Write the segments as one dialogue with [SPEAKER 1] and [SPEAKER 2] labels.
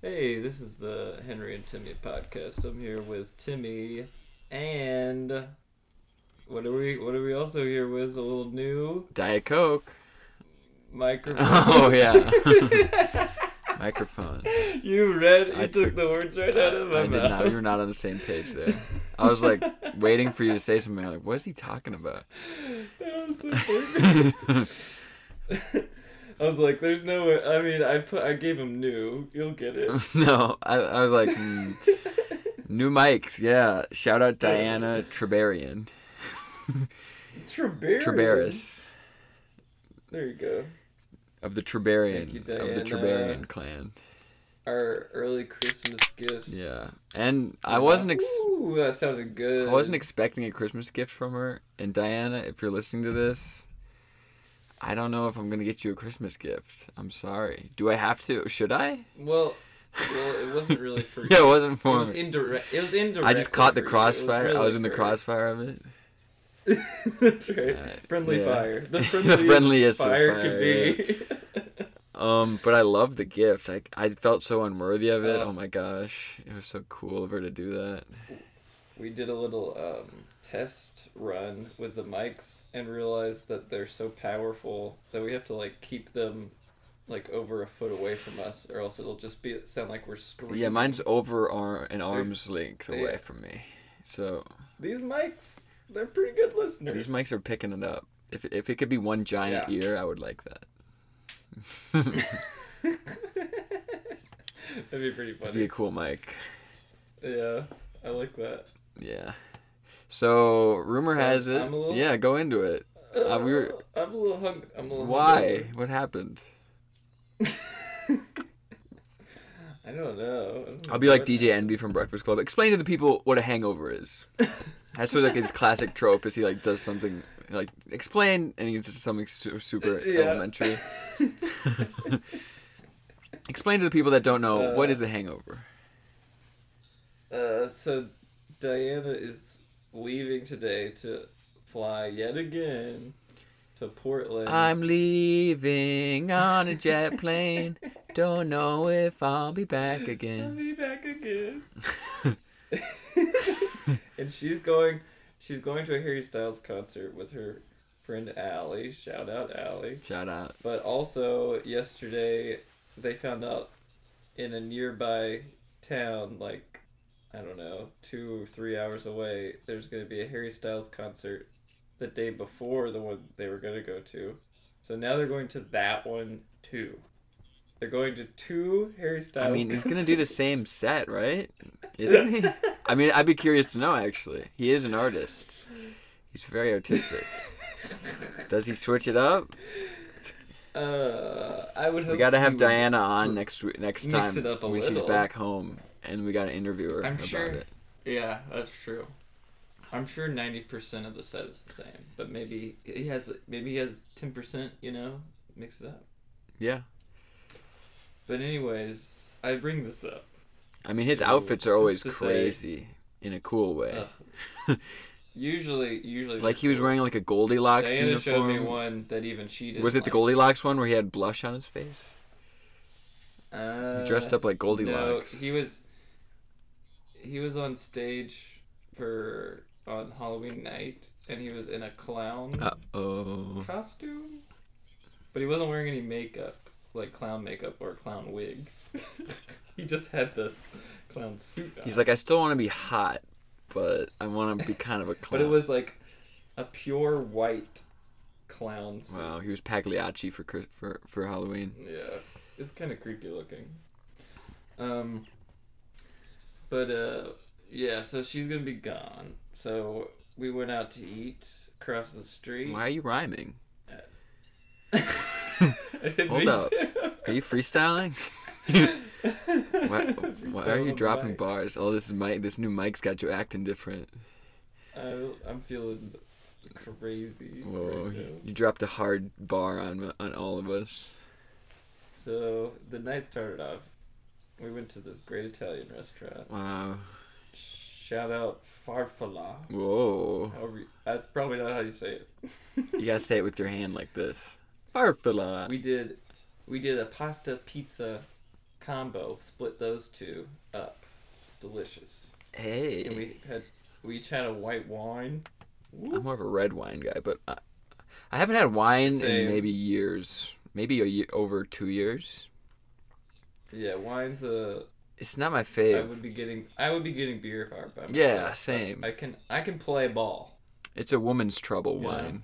[SPEAKER 1] Hey, this is the Henry and Timmy podcast. I'm here with Timmy and what are we what are we also here with? A little new
[SPEAKER 2] Diet Coke.
[SPEAKER 1] microphone.
[SPEAKER 2] Oh yeah. Microphone.
[SPEAKER 1] you read you
[SPEAKER 2] I
[SPEAKER 1] took,
[SPEAKER 2] took-
[SPEAKER 1] the words
[SPEAKER 2] I,
[SPEAKER 1] right out of my
[SPEAKER 2] I did
[SPEAKER 1] mouth.
[SPEAKER 2] not. We were not on the same page there. I was like waiting for you to say something. I'm like, what is he talking about?
[SPEAKER 1] That was so perfect. I was like, there's no way I mean I put I gave him new. You'll get it.
[SPEAKER 2] no, I, I was like, hmm, new mics. Yeah. Shout out Diana Trebarian.
[SPEAKER 1] Trebarian.
[SPEAKER 2] Trebaris
[SPEAKER 1] There you go.
[SPEAKER 2] of the Trebarian
[SPEAKER 1] Thank you,
[SPEAKER 2] of
[SPEAKER 1] Diana.
[SPEAKER 2] the Trebarian clan.
[SPEAKER 1] Our early Christmas gifts.
[SPEAKER 2] Yeah. And I wasn't ex-
[SPEAKER 1] Ooh, that sounded good.
[SPEAKER 2] I wasn't expecting a Christmas gift from her. And Diana, if you're listening to this, I don't know if I'm gonna get you a Christmas gift. I'm sorry. Do I have to? Should I?
[SPEAKER 1] Well, well, it wasn't really for you.
[SPEAKER 2] Yeah, it wasn't
[SPEAKER 1] It
[SPEAKER 2] for
[SPEAKER 1] was
[SPEAKER 2] me.
[SPEAKER 1] indirect. It was indirect.
[SPEAKER 2] I just caught the crossfire. I was in the crossfire of it.
[SPEAKER 1] That's right.
[SPEAKER 2] Uh,
[SPEAKER 1] friendly
[SPEAKER 2] yeah.
[SPEAKER 1] fire. The
[SPEAKER 2] The
[SPEAKER 1] friendliest,
[SPEAKER 2] friendliest of
[SPEAKER 1] fire,
[SPEAKER 2] fire,
[SPEAKER 1] could be.
[SPEAKER 2] Um, but I love the gift. I I felt so unworthy of it.
[SPEAKER 1] Oh.
[SPEAKER 2] Oh my gosh, it was so cool of her to do that.
[SPEAKER 1] we did a little um, test run with the mics and realized that they're so powerful that we have to like keep them like over a foot away from us, or else it'll just be sound like we're screaming.
[SPEAKER 2] Yeah, mine's over ar- an arm's length
[SPEAKER 1] they-
[SPEAKER 2] away from me. So
[SPEAKER 1] These mics, they're pretty good listeners.
[SPEAKER 2] these mics are picking it up. If if it could be one giant
[SPEAKER 1] Yeah.
[SPEAKER 2] ear, I would like that.
[SPEAKER 1] That'd be pretty
[SPEAKER 2] be a
[SPEAKER 1] funny.
[SPEAKER 2] cool mic.
[SPEAKER 1] Yeah, I like that.
[SPEAKER 2] Yeah. So rumor
[SPEAKER 1] So,
[SPEAKER 2] has it.
[SPEAKER 1] I'm a little-
[SPEAKER 2] Yeah, go into it. Uh, we were-
[SPEAKER 1] I'm a little hung. I'm a little.
[SPEAKER 2] Why? What happened?
[SPEAKER 1] hungover. I don't know. I don't
[SPEAKER 2] I'll
[SPEAKER 1] know
[SPEAKER 2] be like
[SPEAKER 1] what-
[SPEAKER 2] DJ Envy from Breakfast Club. Explain to the people what a hangover is. That's what like his classic trope is. He like does something like explain, and he does something su- super
[SPEAKER 1] Yeah.
[SPEAKER 2] elementary. explain to the people that don't know what
[SPEAKER 1] Uh,
[SPEAKER 2] is a hangover.
[SPEAKER 1] Uh, so Diana is leaving today to fly yet again to Portland.
[SPEAKER 2] I'm leaving on a jet plane. Don't know if I'll be back
[SPEAKER 1] I'll
[SPEAKER 2] again.
[SPEAKER 1] be back again. and she's going. She's going to a Harry Styles concert with her friend Allie. Shout out Allie.
[SPEAKER 2] Shout out.
[SPEAKER 1] But also yesterday, they found out in a nearby town, like I don't know, two or three hours away, there's going to be a Harry Styles concert the day before the one they were going to go to. So now they're going to that one too. They're going to two Harry Styles.
[SPEAKER 2] I mean, he's gonna do the
[SPEAKER 1] concerts.
[SPEAKER 2] same set, right? Isn't he? I mean, I'd be curious to know. Actually, he is an artist. He's very artistic. Does he switch it up?
[SPEAKER 1] Uh, I would. Hope
[SPEAKER 2] We gotta
[SPEAKER 1] he
[SPEAKER 2] have
[SPEAKER 1] would.
[SPEAKER 2] Diana on next week, next
[SPEAKER 1] mix
[SPEAKER 2] time
[SPEAKER 1] it up a
[SPEAKER 2] when she's
[SPEAKER 1] little.
[SPEAKER 2] back home, and we gotta interview her
[SPEAKER 1] I'm
[SPEAKER 2] about
[SPEAKER 1] sure.
[SPEAKER 2] it.
[SPEAKER 1] Yeah, that's true. I'm sure ninety percent of the set is the same, but maybe he has maybe he has ten percent. You know, mix it up.
[SPEAKER 2] Yeah,
[SPEAKER 1] But anyways, I bring this up.
[SPEAKER 2] I mean, his
[SPEAKER 1] Ooh,
[SPEAKER 2] outfits are
[SPEAKER 1] who's
[SPEAKER 2] always
[SPEAKER 1] to say?
[SPEAKER 2] crazy in a cool way.
[SPEAKER 1] Ugh. usually, usually
[SPEAKER 2] like he was wearing like a Goldilocks
[SPEAKER 1] Diana showed
[SPEAKER 2] uniform.
[SPEAKER 1] me one that even she did.
[SPEAKER 2] was it the Goldilocks one where he had blush on his face?
[SPEAKER 1] Uh,
[SPEAKER 2] He dressed up like Goldilocks.
[SPEAKER 1] No, he was. He was on stage for on Halloween night, and he was in a clown
[SPEAKER 2] Uh oh.
[SPEAKER 1] costume, but he wasn't wearing any makeup, like clown makeup or clown wig. he just had this clown suit. On.
[SPEAKER 2] He's like, I still want to be hot, but I want to be kind of a
[SPEAKER 1] but
[SPEAKER 2] clown.
[SPEAKER 1] it was like a pure white clown suit.
[SPEAKER 2] wow. He was Pagliacci for Chris- for for Halloween.
[SPEAKER 1] Yeah, it's kind of creepy looking. Um, but uh, yeah, so she's gonna be gone. So we went out to eat across the street.
[SPEAKER 2] Why are you rhyming?
[SPEAKER 1] I didn't
[SPEAKER 2] Hold
[SPEAKER 1] mean
[SPEAKER 2] up.
[SPEAKER 1] to.
[SPEAKER 2] Are you freestyling? Why, why are
[SPEAKER 1] Freestyle
[SPEAKER 2] you
[SPEAKER 1] on
[SPEAKER 2] dropping
[SPEAKER 1] mic.
[SPEAKER 2] bars? Oh, this is Mike. This new mic's got you acting different.
[SPEAKER 1] I, I'm feeling crazy.
[SPEAKER 2] Whoa,
[SPEAKER 1] right
[SPEAKER 2] you,
[SPEAKER 1] now.
[SPEAKER 2] you dropped a hard bar on on all of us.
[SPEAKER 1] So the night started off. We went to this great Italian restaurant.
[SPEAKER 2] Wow.
[SPEAKER 1] Shout out Farfalla.
[SPEAKER 2] Whoa.
[SPEAKER 1] However, you- that's probably not how you say it.
[SPEAKER 2] You gotta say it with your hand like this. Farfalla.
[SPEAKER 1] We did, we did a pasta pizza combo, split those two up. Delicious.
[SPEAKER 2] Hey,
[SPEAKER 1] And we had we each had a white wine. Woo.
[SPEAKER 2] I'm more of a red wine guy, but I, I haven't had wine
[SPEAKER 1] Same.
[SPEAKER 2] in maybe years, maybe a year, over two years.
[SPEAKER 1] Yeah, wine's a.
[SPEAKER 2] It's not my
[SPEAKER 1] I
[SPEAKER 2] fave.
[SPEAKER 1] would be getting. I would be getting beer if I were by myself.
[SPEAKER 2] Yeah,
[SPEAKER 1] but
[SPEAKER 2] same.
[SPEAKER 1] I can. I can play ball.
[SPEAKER 2] It's a woman's trouble
[SPEAKER 1] Yeah.
[SPEAKER 2] wine.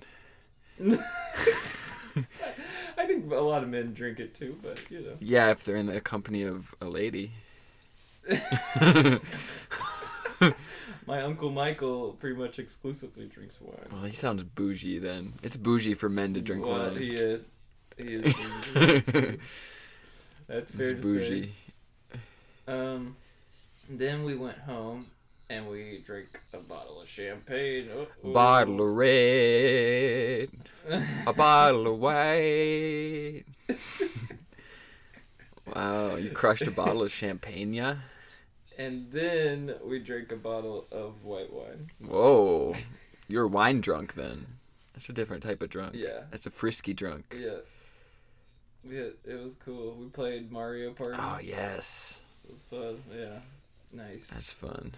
[SPEAKER 1] I think a lot of men drink it too, but you know.
[SPEAKER 2] Yeah, if they're in the company of a lady.
[SPEAKER 1] My uncle Michael pretty much exclusively drinks wine.
[SPEAKER 2] Well, he sounds bougie then. It's bougie for men to drink
[SPEAKER 1] well,
[SPEAKER 2] wine.
[SPEAKER 1] he is. He is. bougie.
[SPEAKER 2] it's
[SPEAKER 1] That's fair to
[SPEAKER 2] bougie.
[SPEAKER 1] say. Um, then we went home and we drank a bottle of champagne. Oh,
[SPEAKER 2] Bottle of red, a bottle of white. wow, you crushed a bottle of champagne, yeah?
[SPEAKER 1] and then we drank a bottle of white wine.
[SPEAKER 2] Whoa, you're wine drunk then. That's a different type of drunk.
[SPEAKER 1] Yeah.
[SPEAKER 2] That's a frisky drunk.
[SPEAKER 1] Yeah. Yeah, it was cool. We played Mario Party.
[SPEAKER 2] Oh yes,
[SPEAKER 1] It was fun. Yeah. Nice.
[SPEAKER 2] that's fun.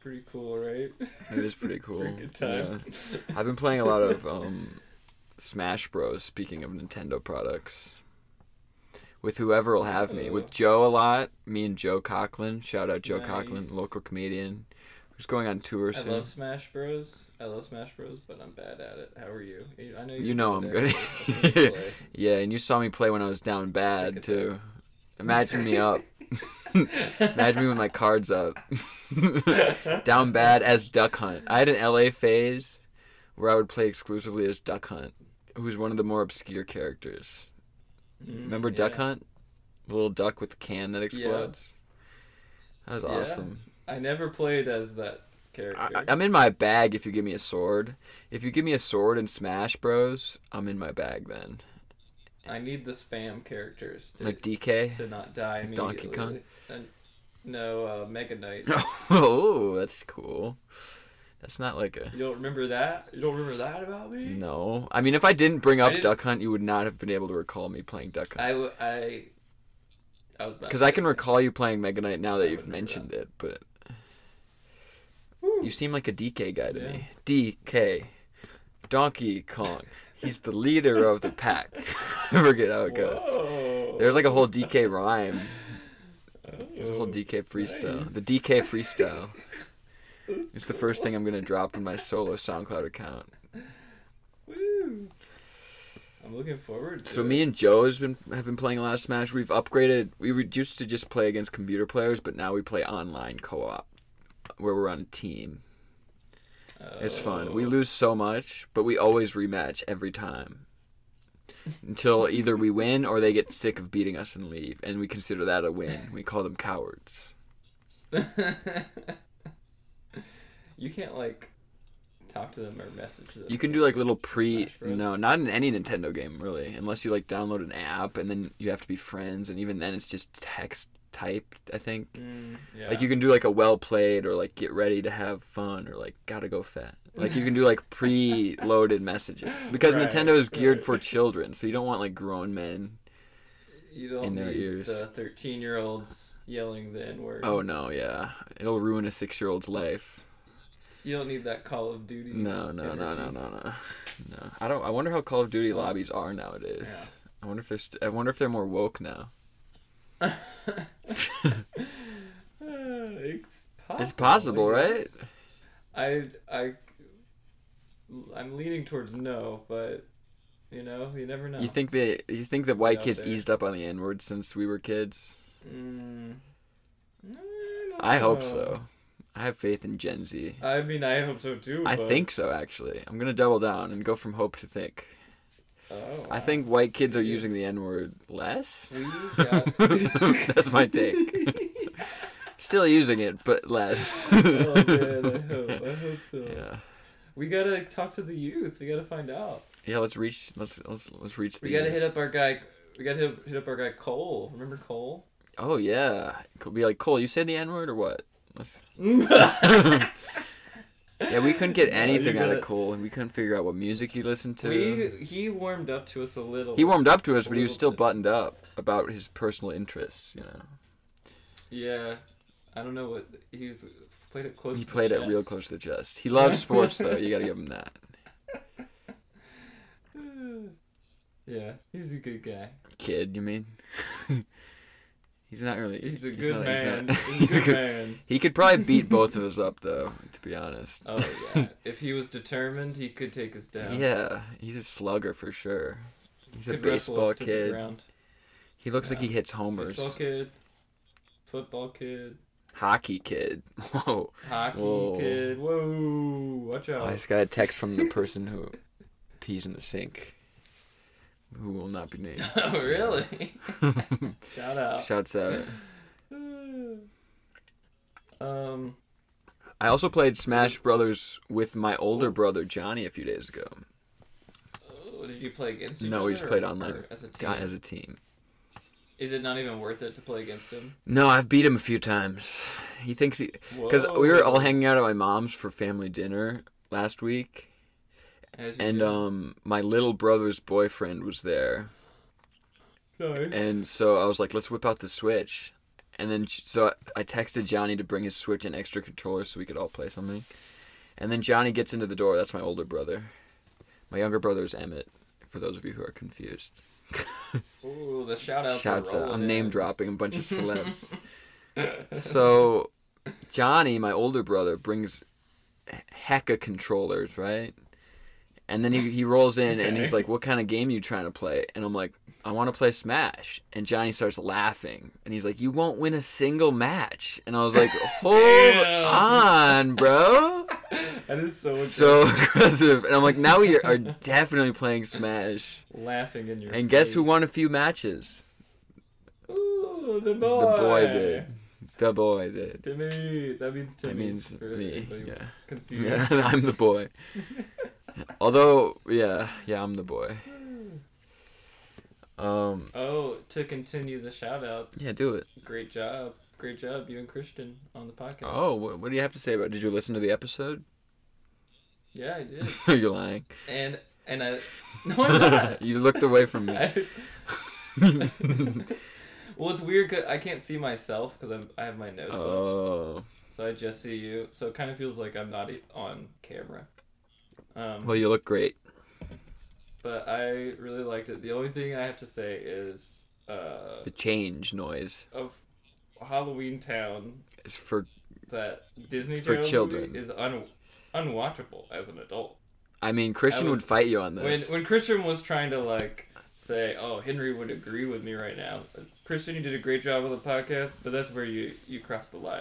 [SPEAKER 1] Pretty cool, right?
[SPEAKER 2] It is pretty cool.
[SPEAKER 1] Pretty good time.
[SPEAKER 2] Yeah. I've been playing a lot of um, Smash Bros. Speaking of Nintendo products, with whoever will have me. With Joe a lot. Me and Joe Coughlin. Shout out Joe
[SPEAKER 1] Nice.
[SPEAKER 2] Coughlin, local comedian, who's going on tour
[SPEAKER 1] I
[SPEAKER 2] soon.
[SPEAKER 1] love Smash Bros. I love Smash Bros. But I'm bad at it. How are you? I know
[SPEAKER 2] You know I'm good.
[SPEAKER 1] actually. I think you play.
[SPEAKER 2] yeah, and you saw me play when I was down
[SPEAKER 1] Take
[SPEAKER 2] bad
[SPEAKER 1] it
[SPEAKER 2] too. Imagine me up. Imagine me with my cards up. Down bad as Duck Hunt. I had an LA phase where I would play exclusively as Duck Hunt, who's one of the more obscure characters.
[SPEAKER 1] Mm,
[SPEAKER 2] Remember
[SPEAKER 1] yeah.
[SPEAKER 2] Duck Hunt? The little duck with the can that explodes? That was
[SPEAKER 1] Yeah.
[SPEAKER 2] awesome.
[SPEAKER 1] I never played as that
[SPEAKER 2] I,
[SPEAKER 1] character.
[SPEAKER 2] I- I'm in my bag if you give me a sword. If you give me a sword in Smash Bros, I'm in my bag then.
[SPEAKER 1] I, need the spam characters to,
[SPEAKER 2] Like DK.
[SPEAKER 1] to not die
[SPEAKER 2] like
[SPEAKER 1] immediately.
[SPEAKER 2] Donkey Kong?
[SPEAKER 1] And- no, uh, Mega Knight.
[SPEAKER 2] Oh, that's cool. That's not like a
[SPEAKER 1] You don't remember that? You don't remember that about me?
[SPEAKER 2] no. I mean, if I didn't bring up
[SPEAKER 1] didn't-
[SPEAKER 2] Duck Hunt, you would not have been able to recall me playing Duck Hunt.
[SPEAKER 1] I, w- I, I was about
[SPEAKER 2] Because
[SPEAKER 1] to
[SPEAKER 2] I
[SPEAKER 1] say
[SPEAKER 2] can
[SPEAKER 1] that.
[SPEAKER 2] recall you playing Mega Knight now that
[SPEAKER 1] I
[SPEAKER 2] you've
[SPEAKER 1] remember
[SPEAKER 2] mentioned it, but
[SPEAKER 1] Woo.
[SPEAKER 2] you seem like a DK guy to
[SPEAKER 1] Yeah.
[SPEAKER 2] me. DK, Donkey Kong. He's the leader of the pack. I forget how it goes.
[SPEAKER 1] Whoa.
[SPEAKER 2] There's like a whole DK rhyme. There's a whole
[SPEAKER 1] Oh.
[SPEAKER 2] DK freestyle. The
[SPEAKER 1] nice.
[SPEAKER 2] DK freestyle. it's the first thing I'm gonna drop in my solo SoundCloud account.
[SPEAKER 1] Woo. I'm looking forward to
[SPEAKER 2] So
[SPEAKER 1] it.
[SPEAKER 2] me and Joe has been have been playing a lot of Smash. We've upgraded. We would- used to just play against computer players, but now we play online co-op, where we're on a team. It's fun. We
[SPEAKER 1] Oh.
[SPEAKER 2] lose so much, but we always rematch every time, until either we win or they get sick of beating us and leave, and we consider that a win. We call them cowards.
[SPEAKER 1] you can't like talk to them or message them.
[SPEAKER 2] You can do like little pre.
[SPEAKER 1] Smash Bros.
[SPEAKER 2] No, not in any Nintendo game really, unless you like download an app and then you have to be friends, and even then it's just text typed. I think.
[SPEAKER 1] Mm, yeah.
[SPEAKER 2] Like you can do like a well played or like get ready to have fun or like gotta go fat. Like you can do like pre-loaded messages because
[SPEAKER 1] Right,
[SPEAKER 2] Nintendo is geared
[SPEAKER 1] right.
[SPEAKER 2] for children, so you don't want like grown men.
[SPEAKER 1] You don't
[SPEAKER 2] in their
[SPEAKER 1] need
[SPEAKER 2] ears.
[SPEAKER 1] the thirteen-year-olds yelling the N-word.
[SPEAKER 2] Oh no, yeah, it'll ruin a six-year-old's life.
[SPEAKER 1] you don't need that Call of Duty.
[SPEAKER 2] No, no, no, no,
[SPEAKER 1] energy.
[SPEAKER 2] no, no, no. I don't. I wonder how Call of Duty lobbies are nowadays.
[SPEAKER 1] Yeah.
[SPEAKER 2] I wonder if they're. St- I wonder if they're more woke now.
[SPEAKER 1] Uh, it's possible.
[SPEAKER 2] It's possible,
[SPEAKER 1] I
[SPEAKER 2] right?
[SPEAKER 1] guess. I, I, I'm leaning towards no, but you know, you never know.
[SPEAKER 2] You think they? You think that white
[SPEAKER 1] Out
[SPEAKER 2] kids
[SPEAKER 1] there.
[SPEAKER 2] eased up on the N word since we were kids?
[SPEAKER 1] Mm, I, don't
[SPEAKER 2] I hope
[SPEAKER 1] know.
[SPEAKER 2] so. I have faith in Gen Z.
[SPEAKER 1] Uh, I mean, I hope so too.
[SPEAKER 2] I
[SPEAKER 1] but-
[SPEAKER 2] think so, actually. I'm gonna double down and go from hope to think.
[SPEAKER 1] Oh,
[SPEAKER 2] I
[SPEAKER 1] wow.
[SPEAKER 2] think white kids are
[SPEAKER 1] Yeah.
[SPEAKER 2] using the N word less.
[SPEAKER 1] we got.
[SPEAKER 2] That's my take. Still using it, but less.
[SPEAKER 1] oh man, I hope, I hope so.
[SPEAKER 2] yeah,
[SPEAKER 1] We gotta talk to the youth. We gotta find out.
[SPEAKER 2] yeah. Let's reach. Let's let's let's reach the.
[SPEAKER 1] We gotta hit up our guy. We gotta hit, hit up our guy Cole. Remember Cole?
[SPEAKER 2] Oh yeah. Could be like Cole. You said the N word or what? Let's...
[SPEAKER 1] we
[SPEAKER 2] Yeah, we couldn't get
[SPEAKER 1] No, you
[SPEAKER 2] anything out
[SPEAKER 1] gotta-
[SPEAKER 2] of Cole. We couldn't figure out what music he listened to.
[SPEAKER 1] he warmed up to us a little.
[SPEAKER 2] He warmed up to us, but he was
[SPEAKER 1] little
[SPEAKER 2] still
[SPEAKER 1] bit.
[SPEAKER 2] buttoned up about his personal interests. You know.
[SPEAKER 1] Yeah, I don't know what he's played it close.
[SPEAKER 2] He
[SPEAKER 1] to the
[SPEAKER 2] played it real
[SPEAKER 1] chest.
[SPEAKER 2] close to the chest. He loves sports though. You gotta give him that.
[SPEAKER 1] yeah, he's a good guy.
[SPEAKER 2] Kid, you mean? he's not really.
[SPEAKER 1] He's a
[SPEAKER 2] not-
[SPEAKER 1] good
[SPEAKER 2] he's
[SPEAKER 1] man.
[SPEAKER 2] not-
[SPEAKER 1] He's a good man.
[SPEAKER 2] He could probably beat both of us up though, to be honest.
[SPEAKER 1] Oh yeah, if he was determined, he could take us down.
[SPEAKER 2] Yeah, he's a slugger for sure. He's a
[SPEAKER 1] Could wrestle
[SPEAKER 2] baseball
[SPEAKER 1] us to the
[SPEAKER 2] kid.
[SPEAKER 1] ground.
[SPEAKER 2] He looks like
[SPEAKER 1] Yeah.
[SPEAKER 2] he hits
[SPEAKER 1] Baseball
[SPEAKER 2] homers.
[SPEAKER 1] kid, football kid,
[SPEAKER 2] Hockey kid. Whoa.
[SPEAKER 1] hockey
[SPEAKER 2] Whoa.
[SPEAKER 1] kid. Whoa, watch out!
[SPEAKER 2] I just got a text from the person who pees in the sink, who will not be named.
[SPEAKER 1] oh really? Oh. Shout out.
[SPEAKER 2] Shouts out.
[SPEAKER 1] um.
[SPEAKER 2] I also played Smash Brothers with my older brother Johnny a few days ago.
[SPEAKER 1] oh, did you play against? each
[SPEAKER 2] No, we
[SPEAKER 1] other
[SPEAKER 2] just played
[SPEAKER 1] or-
[SPEAKER 2] online.
[SPEAKER 1] or As a team?
[SPEAKER 2] Guy as a team.
[SPEAKER 1] Is it not even worth it to play against him?
[SPEAKER 2] No, I've beat him a few times. He thinks he because we were all
[SPEAKER 1] Whoa.
[SPEAKER 2] hanging out at my mom's for family dinner last week,
[SPEAKER 1] As you
[SPEAKER 2] and
[SPEAKER 1] do.
[SPEAKER 2] um, my little brother's boyfriend was there,
[SPEAKER 1] Nice.
[SPEAKER 2] and so I was like, "Let's whip out the Switch," and then j- so I texted Johnny to bring his Switch and extra controller so we could all play something, and then Johnny gets into the door. That's my older brother. My younger brother is Emmett. For those of you who are confused,
[SPEAKER 1] Ooh, the shout outs.
[SPEAKER 2] shouts out. uh, I'm name dropping a bunch of celebs.
[SPEAKER 1] dropped.
[SPEAKER 2] so Johnny, my older brother, brings h- hecka controllers, right? And then he, he rolls in and he's
[SPEAKER 1] Okay.
[SPEAKER 2] like, "What kind of game you trying to play?" And I'm like, "I want to play Smash." And Johnny starts laughing and he's like, "You won't win a single match." And I was like, "Hold
[SPEAKER 1] Damn.
[SPEAKER 2] on, bro."
[SPEAKER 1] that is so,
[SPEAKER 2] so aggressive. And I'm like, "Now we are definitely playing Smash."
[SPEAKER 1] laughing in your
[SPEAKER 2] And guess who
[SPEAKER 1] face.
[SPEAKER 2] won a few matches?
[SPEAKER 1] Ooh, the boy.
[SPEAKER 2] The boy did. The boy did.
[SPEAKER 1] Timmy. That means Timmy.
[SPEAKER 2] That means
[SPEAKER 1] for
[SPEAKER 2] me.
[SPEAKER 1] anybody
[SPEAKER 2] Yeah.
[SPEAKER 1] Confused.
[SPEAKER 2] Yeah, I'm the boy. Although, yeah, yeah, I'm the boy. Um,
[SPEAKER 1] Oh, to continue the shout outs.
[SPEAKER 2] yeah, do it.
[SPEAKER 1] Great job. Great job, you and Christian on the podcast.
[SPEAKER 2] Oh, what, what do you have to say about? Did you listen to the episode?
[SPEAKER 1] Yeah, I did.
[SPEAKER 2] You're lying.
[SPEAKER 1] And and I No I'm not.
[SPEAKER 2] you looked away from me.
[SPEAKER 1] I- well, it's weird 'cause I can't see myself because I'm I have my notes on,
[SPEAKER 2] oh,
[SPEAKER 1] so I just see you. So it kind of feels like I'm not e- on camera. Um,
[SPEAKER 2] well, you look great.
[SPEAKER 1] but I really liked it. The only thing I have to say is uh,
[SPEAKER 2] The change noise
[SPEAKER 1] of Halloween Town
[SPEAKER 2] is for.
[SPEAKER 1] that Disney
[SPEAKER 2] For
[SPEAKER 1] Channel movie
[SPEAKER 2] children.
[SPEAKER 1] is un unwatchable as an adult.
[SPEAKER 2] I mean, Christian
[SPEAKER 1] was-
[SPEAKER 2] would fight you on
[SPEAKER 1] When
[SPEAKER 2] this.
[SPEAKER 1] when Christian was trying to like say, "Oh, Henry would agree with me right now," Christian, you did a great job on the podcast, but that's where you you crossed the line.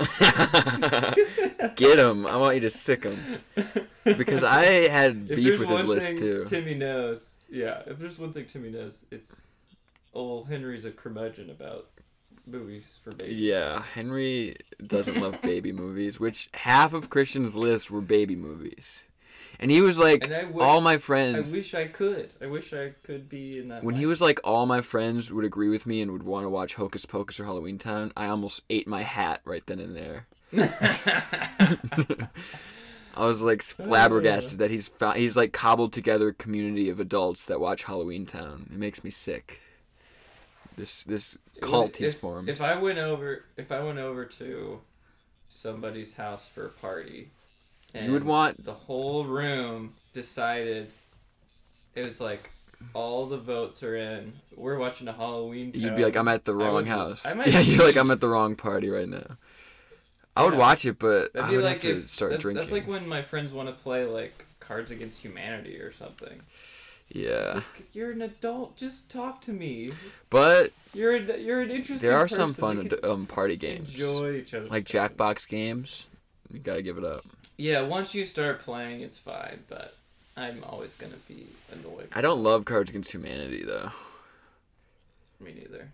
[SPEAKER 2] Get him! I want you to sick him because I had
[SPEAKER 1] If
[SPEAKER 2] beef
[SPEAKER 1] there's
[SPEAKER 2] with his
[SPEAKER 1] one
[SPEAKER 2] list
[SPEAKER 1] thing
[SPEAKER 2] too.
[SPEAKER 1] Timmy knows. Yeah, if there's one thing Timmy knows, it's old Henry's a curmudgeon about movies for babies.
[SPEAKER 2] Yeah, Henry doesn't love baby movies, which half of Christian's list were baby movies. And he was like,
[SPEAKER 1] And I wi-
[SPEAKER 2] all my
[SPEAKER 1] I
[SPEAKER 2] friends,
[SPEAKER 1] wish I could. I wish I could be in that.
[SPEAKER 2] when he was like, all my friends would agree with me and would want to watch Hocus Pocus or Halloween Town, I almost ate my hat right then and there. I was like flabbergasted that he's fo- he's like cobbled together a community of adults that watch Halloween Town. It makes me sick. This this cult
[SPEAKER 1] If-
[SPEAKER 2] he's
[SPEAKER 1] if,
[SPEAKER 2] formed.
[SPEAKER 1] If I went over, if I went over to somebody's house for a party, and
[SPEAKER 2] you would want
[SPEAKER 1] the whole room decided. It was like all the votes are in. We're watching a Halloween.
[SPEAKER 2] You'd be like, I'm at the
[SPEAKER 1] I
[SPEAKER 2] wrong
[SPEAKER 1] would-
[SPEAKER 2] house.
[SPEAKER 1] I might
[SPEAKER 2] yeah, you're like,
[SPEAKER 1] leave.
[SPEAKER 2] I'm at the wrong party right now. I would
[SPEAKER 1] Yeah.
[SPEAKER 2] watch it, but
[SPEAKER 1] That'd
[SPEAKER 2] I
[SPEAKER 1] be
[SPEAKER 2] would
[SPEAKER 1] like
[SPEAKER 2] have to
[SPEAKER 1] if
[SPEAKER 2] start
[SPEAKER 1] that-
[SPEAKER 2] drinking.
[SPEAKER 1] That's like when my friends want to play like Cards Against Humanity or something. It's
[SPEAKER 2] yeah,
[SPEAKER 1] like, you're an adult. Just talk to me.
[SPEAKER 2] but
[SPEAKER 1] You're an you're an interesting.
[SPEAKER 2] there are some
[SPEAKER 1] person.
[SPEAKER 2] fun
[SPEAKER 1] We
[SPEAKER 2] ad-
[SPEAKER 1] could
[SPEAKER 2] um, party games,
[SPEAKER 1] Enjoy each other.
[SPEAKER 2] like Jackbox games. You gotta give it up.
[SPEAKER 1] Yeah, once you start playing, it's fine, but I'm always gonna be annoyed.
[SPEAKER 2] I don't love Cards Against Humanity though,
[SPEAKER 1] Me neither.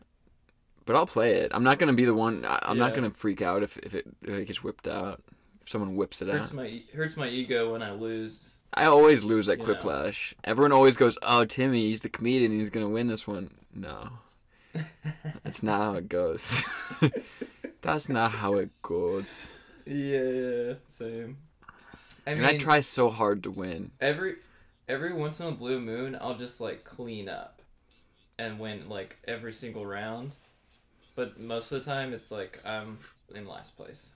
[SPEAKER 2] but I'll play it. I'm not gonna be the one. I, I'm not
[SPEAKER 1] Yeah.
[SPEAKER 2] gonna freak out if if it, if it gets whipped out. If someone whips it out,
[SPEAKER 1] Hurts my hurts my ego when I lose.
[SPEAKER 2] I always lose at
[SPEAKER 1] You know.
[SPEAKER 2] Quiplash. Everyone always goes, "Oh, Timmy, he's the comedian. He's gonna win this one." No, that's not how it goes. that's not how it goes.
[SPEAKER 1] Yeah, same. I mean,
[SPEAKER 2] and I try so hard to win.
[SPEAKER 1] every every once in a blue moon, I'll just like clean up, and win like every single round, But most of the time, it's like I'm in last place.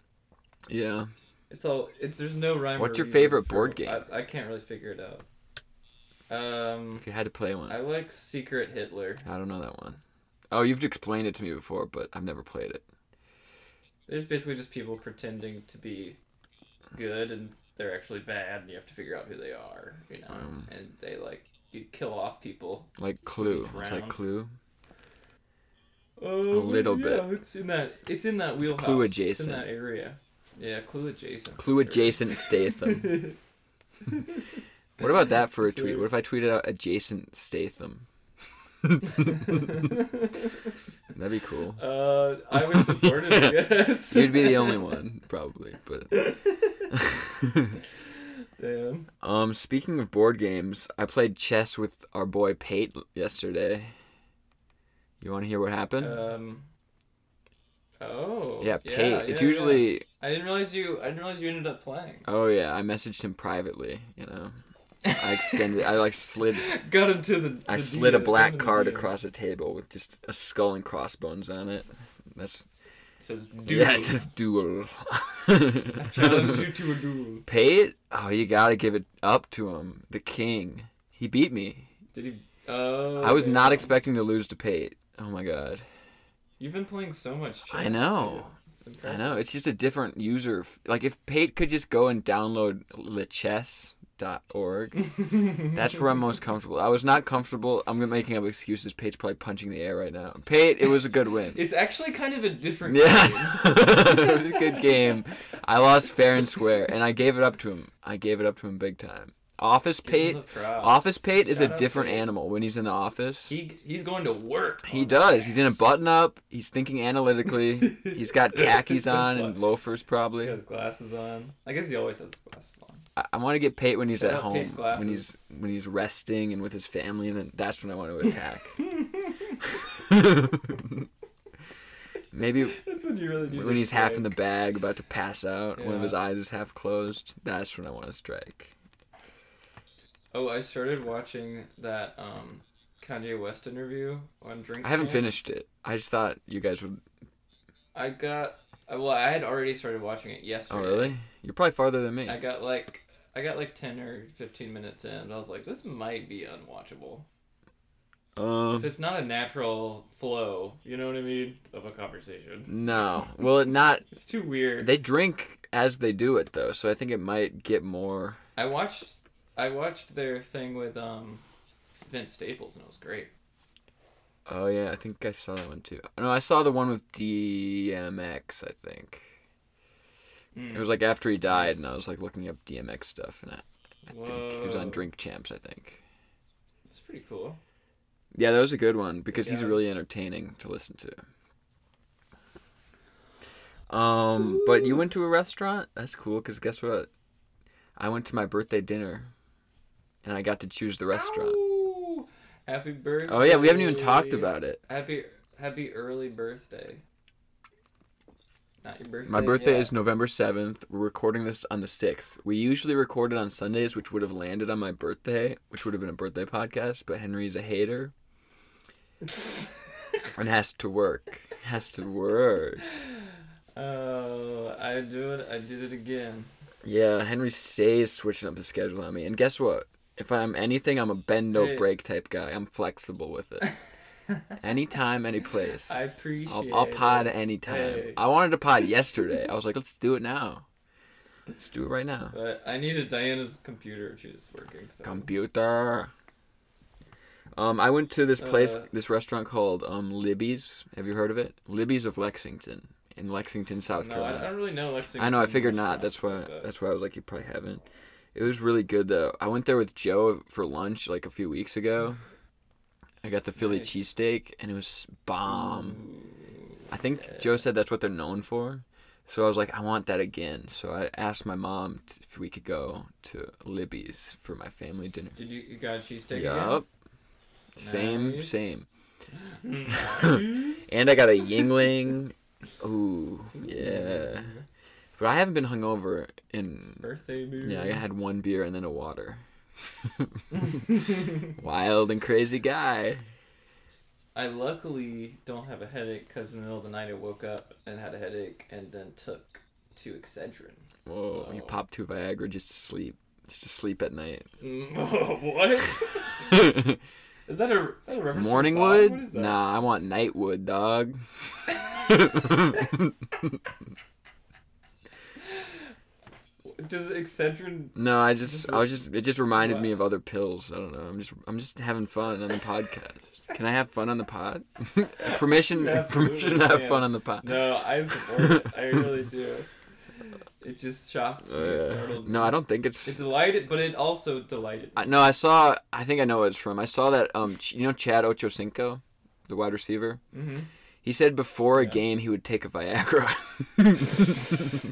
[SPEAKER 2] Yeah.
[SPEAKER 1] It's all. It's there's no rhyme. or
[SPEAKER 2] What's your
[SPEAKER 1] reason
[SPEAKER 2] favorite
[SPEAKER 1] for-
[SPEAKER 2] board game?
[SPEAKER 1] I, I can't really figure it out. Um,
[SPEAKER 2] If you had to play one.
[SPEAKER 1] I like Secret Hitler.
[SPEAKER 2] I don't know that one. Oh, you've explained it to me before, but I've never played it.
[SPEAKER 1] There's basically just people pretending to be good and they're actually bad, and you have to figure out who they are. You know,
[SPEAKER 2] Um.
[SPEAKER 1] and they like you kill off people.
[SPEAKER 2] Like Clue. It's like
[SPEAKER 1] round.
[SPEAKER 2] Clue.
[SPEAKER 1] Oh,
[SPEAKER 2] little bit.
[SPEAKER 1] yeah, It's in that. It's in that wheelhouse.
[SPEAKER 2] Clue
[SPEAKER 1] It's in
[SPEAKER 2] adjacent.
[SPEAKER 1] that area. Yeah, clue adjacent. for
[SPEAKER 2] Clue
[SPEAKER 1] sure.
[SPEAKER 2] adjacent Statham. What about that for a
[SPEAKER 1] That's
[SPEAKER 2] tweet?
[SPEAKER 1] weird.
[SPEAKER 2] What if I tweeted out adjacent Statham? That'd be cool.
[SPEAKER 1] uh, I would support it. I guess
[SPEAKER 2] You'd be the only one, probably. But
[SPEAKER 1] Damn.
[SPEAKER 2] um, speaking of board games, I played chess with our boy Pate yesterday. You want to hear what happened?
[SPEAKER 1] Um. Oh.
[SPEAKER 2] yeah, Pate. it's
[SPEAKER 1] yeah, yeah.
[SPEAKER 2] usually
[SPEAKER 1] I didn't realize you. I didn't realize you ended up playing.
[SPEAKER 2] Oh yeah, I messaged him privately. You know, I extended. I like slid.
[SPEAKER 1] Got into the.
[SPEAKER 2] I
[SPEAKER 1] the
[SPEAKER 2] slid a
[SPEAKER 1] DM,
[SPEAKER 2] black
[SPEAKER 1] into the
[SPEAKER 2] card
[SPEAKER 1] DM.
[SPEAKER 2] across the table with just a skull and crossbones on it. That's
[SPEAKER 1] It says duel.
[SPEAKER 2] duel. yeah, it says duel.
[SPEAKER 1] Challenge you to a duel.
[SPEAKER 2] Pate, oh, you gotta give it up to him, the king. He beat me.
[SPEAKER 1] Did he? Oh.
[SPEAKER 2] I was
[SPEAKER 1] damn.
[SPEAKER 2] not expecting to lose to Pate. Oh my god.
[SPEAKER 1] You've been playing so much. Chess,
[SPEAKER 2] I know.
[SPEAKER 1] dude. It's
[SPEAKER 2] I
[SPEAKER 1] impressive.
[SPEAKER 2] know it's just a different user. f- Like if Pate could just go and download lechess.org That's where I'm most comfortable. I was not comfortable. I'm making up excuses. Pate's probably punching the air right now. Pate, it was a good win.
[SPEAKER 1] It's actually kind of a different. game.
[SPEAKER 2] yeah, it was a good game. I lost fair and square, and I gave it up to him. I gave it up to him big time. Office
[SPEAKER 1] Give him
[SPEAKER 2] Pate,
[SPEAKER 1] the props.
[SPEAKER 2] Office Pate is
[SPEAKER 1] Shout
[SPEAKER 2] a
[SPEAKER 1] out
[SPEAKER 2] different
[SPEAKER 1] Pate.
[SPEAKER 2] animal when he's in the office. He,
[SPEAKER 1] He he's going to work. on
[SPEAKER 2] does. He's in a
[SPEAKER 1] glass.
[SPEAKER 2] button up. He's thinking analytically. He's got khakis
[SPEAKER 1] That's
[SPEAKER 2] on
[SPEAKER 1] fun.
[SPEAKER 2] and loafers
[SPEAKER 1] He
[SPEAKER 2] probably.
[SPEAKER 1] has glasses on. I guess he always has his glasses on.
[SPEAKER 2] I, I want to get Pate when he's
[SPEAKER 1] Shout
[SPEAKER 2] at
[SPEAKER 1] out
[SPEAKER 2] home,
[SPEAKER 1] Pate's
[SPEAKER 2] when he's
[SPEAKER 1] glasses.
[SPEAKER 2] when he's resting and with his family, and then that's when I want to attack. Maybe
[SPEAKER 1] That's when you really do.
[SPEAKER 2] when
[SPEAKER 1] just
[SPEAKER 2] he's half in the
[SPEAKER 1] like-
[SPEAKER 2] bag, about to pass out, one of
[SPEAKER 1] Yeah.
[SPEAKER 2] his eyes is half closed. That's when I want to strike.
[SPEAKER 1] Oh, I started watching that um, Kanye West interview on Drink.
[SPEAKER 2] I haven't
[SPEAKER 1] Champs.
[SPEAKER 2] finished it. I just thought you guys would. oh,
[SPEAKER 1] I got. uh, Well, I had already started watching it yesterday.
[SPEAKER 2] Oh really? You're probably farther than me.
[SPEAKER 1] I got like I got like ten or fifteen minutes in. And I was like, this might be unwatchable.
[SPEAKER 2] Um.
[SPEAKER 1] 'Cause it's not a natural flow. You know what I mean of a conversation.
[SPEAKER 2] No. Well, it not.
[SPEAKER 1] It's too weird.
[SPEAKER 2] They drink as they do it though, so I think it might get more.
[SPEAKER 1] I watched I watched their thing with um Vince Staples and it was great.
[SPEAKER 2] Oh yeah, I think I saw that one too. No, I saw the one with DMX. I think
[SPEAKER 1] Mm.
[SPEAKER 2] it was like after he died, and I
[SPEAKER 1] Nice.
[SPEAKER 2] was like looking up DMX stuff, and I, I think he was on
[SPEAKER 1] Whoa.
[SPEAKER 2] Drink Champs. I think.
[SPEAKER 1] It's pretty cool.
[SPEAKER 2] Yeah, that was a good one because he's
[SPEAKER 1] Yeah.
[SPEAKER 2] really entertaining to listen to. Um, but you went to a restaurant. That's cool. Cause guess what? I went to my birthday dinner, and I got to choose the restaurant.
[SPEAKER 1] Ow! Happy birthday.
[SPEAKER 2] Oh yeah, we haven't even talked about it.
[SPEAKER 1] Happy happy early birthday. Not your birthday.
[SPEAKER 2] My birthday
[SPEAKER 1] yet.
[SPEAKER 2] is November 7th. We're recording this on the 6th. We usually record it on Sundays, which would have landed on my birthday, which would have been a birthday podcast, but Henry's a hater and has to work. Has to work.
[SPEAKER 1] Oh, I do it. I did it again.
[SPEAKER 2] Yeah, Henry stays switching up the schedule on me. And guess what? If I'm anything, I'm a bend no
[SPEAKER 1] Hey.
[SPEAKER 2] break type guy. I'm flexible with it. Anytime, any place.
[SPEAKER 1] I
[SPEAKER 2] I
[SPEAKER 1] appreciate.
[SPEAKER 2] will I'll pod
[SPEAKER 1] it.
[SPEAKER 2] anytime.
[SPEAKER 1] Hey.
[SPEAKER 2] I wanted to pod yesterday. I was like, let's do it now. Let's do it right now.
[SPEAKER 1] But I needed Diana's computer. She was working. So.
[SPEAKER 2] Computer. Um, I went to this place,
[SPEAKER 1] Uh,
[SPEAKER 2] this restaurant called um, Libby's. Have you heard of it? Libby's of Lexington in Lexington, South
[SPEAKER 1] no, I,
[SPEAKER 2] Carolina.
[SPEAKER 1] I don't really know Lexington.
[SPEAKER 2] I know. I figured not. That's why.
[SPEAKER 1] restaurants like that.
[SPEAKER 2] That's why I was like, you probably haven't. It was really good though. I went there with Joe for lunch like a few weeks ago. I got the Philly
[SPEAKER 1] Nice.
[SPEAKER 2] cheesesteak and it was bomb.
[SPEAKER 1] Ooh.
[SPEAKER 2] I think Joe said that's what they're known for. So I was like, I want that again. So I asked my mom t- if we could go to Libby's for my family dinner.
[SPEAKER 1] Did you, you got a cheesesteak?
[SPEAKER 2] Yup. Same,
[SPEAKER 1] Nice.
[SPEAKER 2] same.
[SPEAKER 1] again?
[SPEAKER 2] And I got a Yingling. Ooh, yeah. But I haven't been hungover in
[SPEAKER 1] Birthday movie.
[SPEAKER 2] Yeah, I had one beer and then a water. Wild and crazy guy.
[SPEAKER 1] I luckily don't have a headache because in the middle of the night I woke up and had a headache and then took two Excedrin.
[SPEAKER 2] Whoa, you
[SPEAKER 1] So-
[SPEAKER 2] pop two Viagra just to sleep, just to sleep at night.
[SPEAKER 1] what? Is that a is that a reference? to a song? What
[SPEAKER 2] Morningwood?
[SPEAKER 1] is that?
[SPEAKER 2] Nah, I want Nightwood, dog.
[SPEAKER 1] Does Excedrin?
[SPEAKER 2] no, I just, I was just, it just reminded me
[SPEAKER 1] Wow.
[SPEAKER 2] of other pills. I don't know. I'm just, I'm just having fun on the podcast. Can I have fun on the pod? permission,
[SPEAKER 1] You absolutely
[SPEAKER 2] permission to have
[SPEAKER 1] can.
[SPEAKER 2] fun on the pod.
[SPEAKER 1] No, I support it. I really do. It just shocked me. It
[SPEAKER 2] Uh,
[SPEAKER 1] startled me.
[SPEAKER 2] no, I don't think it's.
[SPEAKER 1] It delighted, but it also delighted. me.
[SPEAKER 2] I, no, I saw. I think I know what it's from. I saw that. Um, Ch- you know Chad Ochocinco, the wide receiver.
[SPEAKER 1] Mm-hmm.
[SPEAKER 2] He said before a
[SPEAKER 1] Yeah.
[SPEAKER 2] game he would take a Viagra.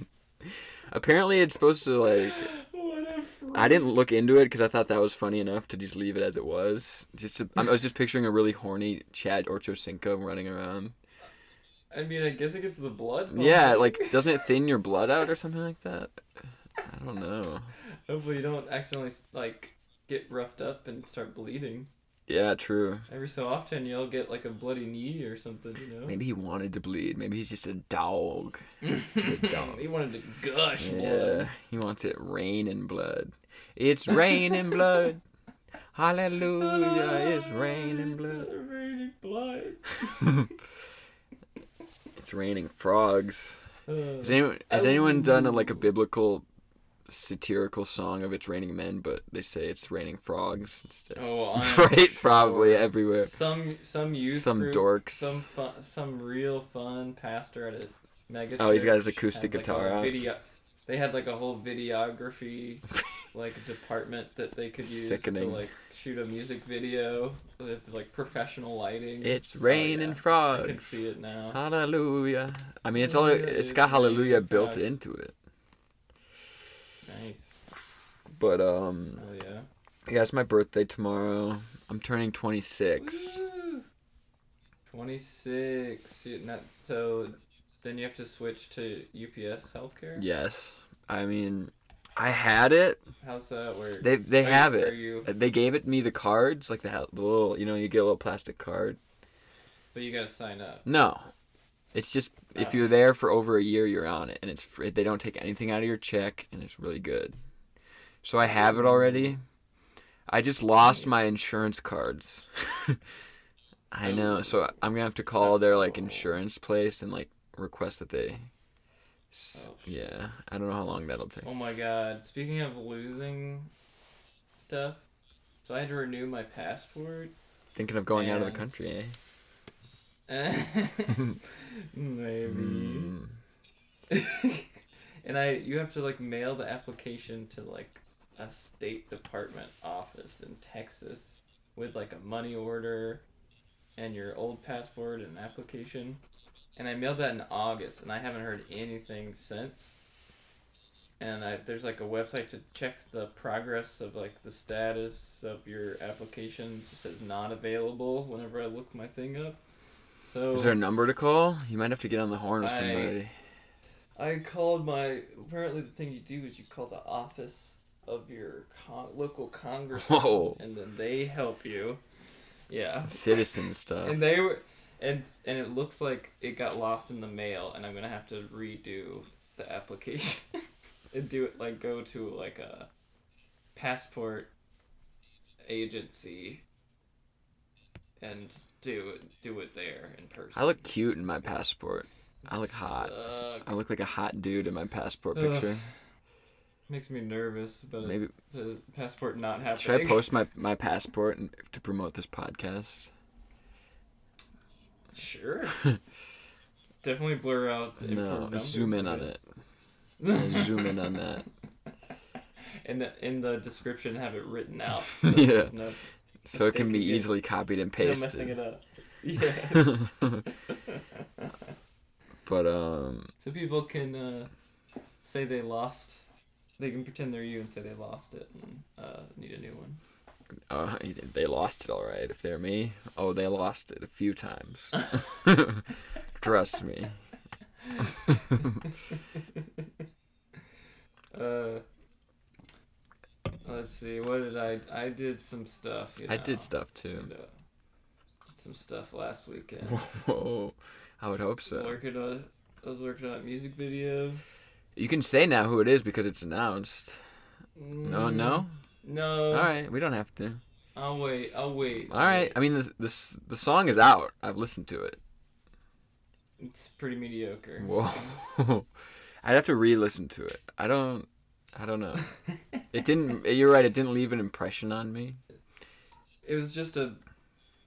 [SPEAKER 2] Apparently, it's supposed to like.
[SPEAKER 1] What a freak.
[SPEAKER 2] I didn't look into it because I thought that was funny enough to just leave it as it was. Just to, I was just picturing a really horny Chad Ochocinco running around.
[SPEAKER 1] I mean, I guess it gets the blood.
[SPEAKER 2] Yeah,
[SPEAKER 1] pumping.
[SPEAKER 2] like doesn't it thin your blood out or something like that? I don't know.
[SPEAKER 1] Hopefully, you don't accidentally like get roughed up and start bleeding.
[SPEAKER 2] Yeah, true.
[SPEAKER 1] Every so often, you'll get like a bloody knee or something. You know.
[SPEAKER 2] Maybe he wanted to bleed. Maybe he's just a dog. dog.
[SPEAKER 1] he wanted to gush
[SPEAKER 2] Yeah,
[SPEAKER 1] blood.
[SPEAKER 2] he wants it rain and blood. It's rain and blood. Hallelujah, it's rain and blood.
[SPEAKER 1] It's raining blood.
[SPEAKER 2] It's raining frogs.
[SPEAKER 1] Uh,
[SPEAKER 2] Has anyone, has anyone done a, like a biblical satirical song of it's raining men, but they say it's raining frogs instead?
[SPEAKER 1] oh, I'm
[SPEAKER 2] right,
[SPEAKER 1] sure.
[SPEAKER 2] probably everywhere.
[SPEAKER 1] Some some youth
[SPEAKER 2] Some
[SPEAKER 1] group,
[SPEAKER 2] dorks.
[SPEAKER 1] some fun, some real fun pastor at a mega.
[SPEAKER 2] Oh, he's got his
[SPEAKER 1] church
[SPEAKER 2] acoustic
[SPEAKER 1] had, like, a
[SPEAKER 2] guitar
[SPEAKER 1] whole
[SPEAKER 2] out.
[SPEAKER 1] Video, they had like a whole videography like department that they could use
[SPEAKER 2] Sickening.
[SPEAKER 1] to like shoot a music video with like professional lighting. Oh,
[SPEAKER 2] It's rain
[SPEAKER 1] yeah.
[SPEAKER 2] and
[SPEAKER 1] I can
[SPEAKER 2] frogs.
[SPEAKER 1] see it now.
[SPEAKER 2] Hallelujah. I mean, it's all
[SPEAKER 1] Hallelujah,
[SPEAKER 2] it's
[SPEAKER 1] it's raining
[SPEAKER 2] got hallelujah built
[SPEAKER 1] frogs.
[SPEAKER 2] into it.
[SPEAKER 1] Nice.
[SPEAKER 2] But um
[SPEAKER 1] Oh yeah.
[SPEAKER 2] yeah, it's my birthday tomorrow. I'm turning 26.
[SPEAKER 1] Twenty six. Not so. Then you have to switch to UPS healthcare.
[SPEAKER 2] Yes. I mean, I had it.
[SPEAKER 1] How's that work?
[SPEAKER 2] They they
[SPEAKER 1] Are you-
[SPEAKER 2] have
[SPEAKER 1] Are
[SPEAKER 2] it.
[SPEAKER 1] you?
[SPEAKER 2] They gave it me the cards, like the, hel- the little, you know, you get a little plastic card.
[SPEAKER 1] But you gotta sign up.
[SPEAKER 2] No. It's just
[SPEAKER 1] Oh.
[SPEAKER 2] if you're there for over a year, you're on it and it's free. they don't take anything out of your check and it's really good. So I have it already. I just lost
[SPEAKER 1] Nice.
[SPEAKER 2] my insurance cards. I
[SPEAKER 1] Oh.
[SPEAKER 2] know. So I'm going to have to call their like insurance place and like request that they s-
[SPEAKER 1] Oh, shit.
[SPEAKER 2] Yeah, I don't know how long that'll take.
[SPEAKER 1] Oh my god. Speaking of losing stuff, so I had to renew my passport.
[SPEAKER 2] Thinking of going out of the
[SPEAKER 1] And-
[SPEAKER 2] country, eh?
[SPEAKER 1] Maybe.
[SPEAKER 2] Mm.
[SPEAKER 1] and I, you have to like mail the application to like a state department office in Texas with like a money order and your old passport and application. And I mailed that in August, and I haven't heard anything since. And I, there's like a website to check the progress of like the status of your application. It just says not available whenever I look my thing up. So
[SPEAKER 2] Is there a number to call? You might have to get on the horn with
[SPEAKER 1] I-
[SPEAKER 2] somebody.
[SPEAKER 1] I called my. Apparently, the thing you do is you call the office of your con- local congressman,
[SPEAKER 2] Whoa.
[SPEAKER 1] and then they help you. Yeah,
[SPEAKER 2] Citizen stuff.
[SPEAKER 1] and they were, and and it looks like it got lost in the mail, and I'm gonna have to redo the application and do it like go to like a passport agency and do it do it there in person.
[SPEAKER 2] I look cute in my passport. I look hot.
[SPEAKER 1] Suck.
[SPEAKER 2] I look like a hot dude in my passport
[SPEAKER 1] Ugh.
[SPEAKER 2] picture.
[SPEAKER 1] Makes me nervous, but
[SPEAKER 2] Maybe
[SPEAKER 1] the passport not happening.
[SPEAKER 2] should I post my my passport and- to promote this podcast?
[SPEAKER 1] Sure. Definitely blur out. The
[SPEAKER 2] No,
[SPEAKER 1] important
[SPEAKER 2] zoom in on
[SPEAKER 1] numbers.
[SPEAKER 2] it. I'll zoom in on that.
[SPEAKER 1] in the in the description, have it written out.
[SPEAKER 2] Yeah,
[SPEAKER 1] No,
[SPEAKER 2] so it can be
[SPEAKER 1] Mistake again.
[SPEAKER 2] easily copied and
[SPEAKER 1] no messing
[SPEAKER 2] pasted.
[SPEAKER 1] it up. Yes.
[SPEAKER 2] but um,
[SPEAKER 1] so people can uh, say they lost. They can pretend they're you and say they lost it and uh, need a new one.
[SPEAKER 2] uh, they lost it all right. If they're me, oh, they lost it a few times. Trust me.
[SPEAKER 1] Uh, let's see. What did I? I did some stuff. You know.
[SPEAKER 2] I did stuff too.
[SPEAKER 1] And, uh, did some stuff last weekend.
[SPEAKER 2] Whoa. I would hope so.
[SPEAKER 1] Working on, I was working on a music video.
[SPEAKER 2] You can say now who it is because it's announced. No,
[SPEAKER 1] Mm,
[SPEAKER 2] Oh, no?
[SPEAKER 1] no.
[SPEAKER 2] All right. We don't have to.
[SPEAKER 1] I'll wait. I'll wait.
[SPEAKER 2] All right. I mean, the, the, s- the song is out. I've listened to it.
[SPEAKER 1] It's pretty mediocre. Mm-hmm.
[SPEAKER 2] Whoa. I'd have to re listen to it. I don't. I don't know. It didn't. You're right. It didn't leave an impression on me.
[SPEAKER 1] It was just a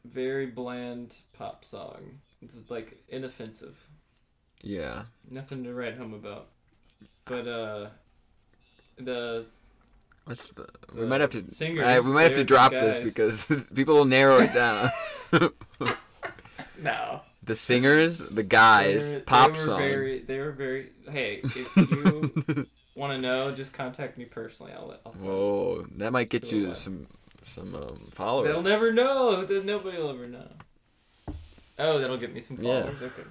[SPEAKER 1] very bland pop song. It's like inoffensive.
[SPEAKER 2] Yeah.
[SPEAKER 1] Nothing to write home about. But uh the
[SPEAKER 2] What's the,
[SPEAKER 1] The
[SPEAKER 2] we might have to
[SPEAKER 1] singers,
[SPEAKER 2] I- we might have
[SPEAKER 1] they're
[SPEAKER 2] to drop
[SPEAKER 1] the
[SPEAKER 2] this
[SPEAKER 1] guys.
[SPEAKER 2] because people will narrow it down.
[SPEAKER 1] no.
[SPEAKER 2] the singers, the
[SPEAKER 1] they
[SPEAKER 2] guys,
[SPEAKER 1] were-
[SPEAKER 2] pop
[SPEAKER 1] they were
[SPEAKER 2] song.
[SPEAKER 1] Very, they were very. Hey, if you want to know, just contact me personally. I'll. let- I'll tell you.
[SPEAKER 2] Whoa, that might get
[SPEAKER 1] Who it
[SPEAKER 2] you
[SPEAKER 1] was.
[SPEAKER 2] some some um, followers.
[SPEAKER 1] They'll never know. Th- Nobody will ever know. Oh, that'll get me some
[SPEAKER 2] Yeah.
[SPEAKER 1] followers. Okay.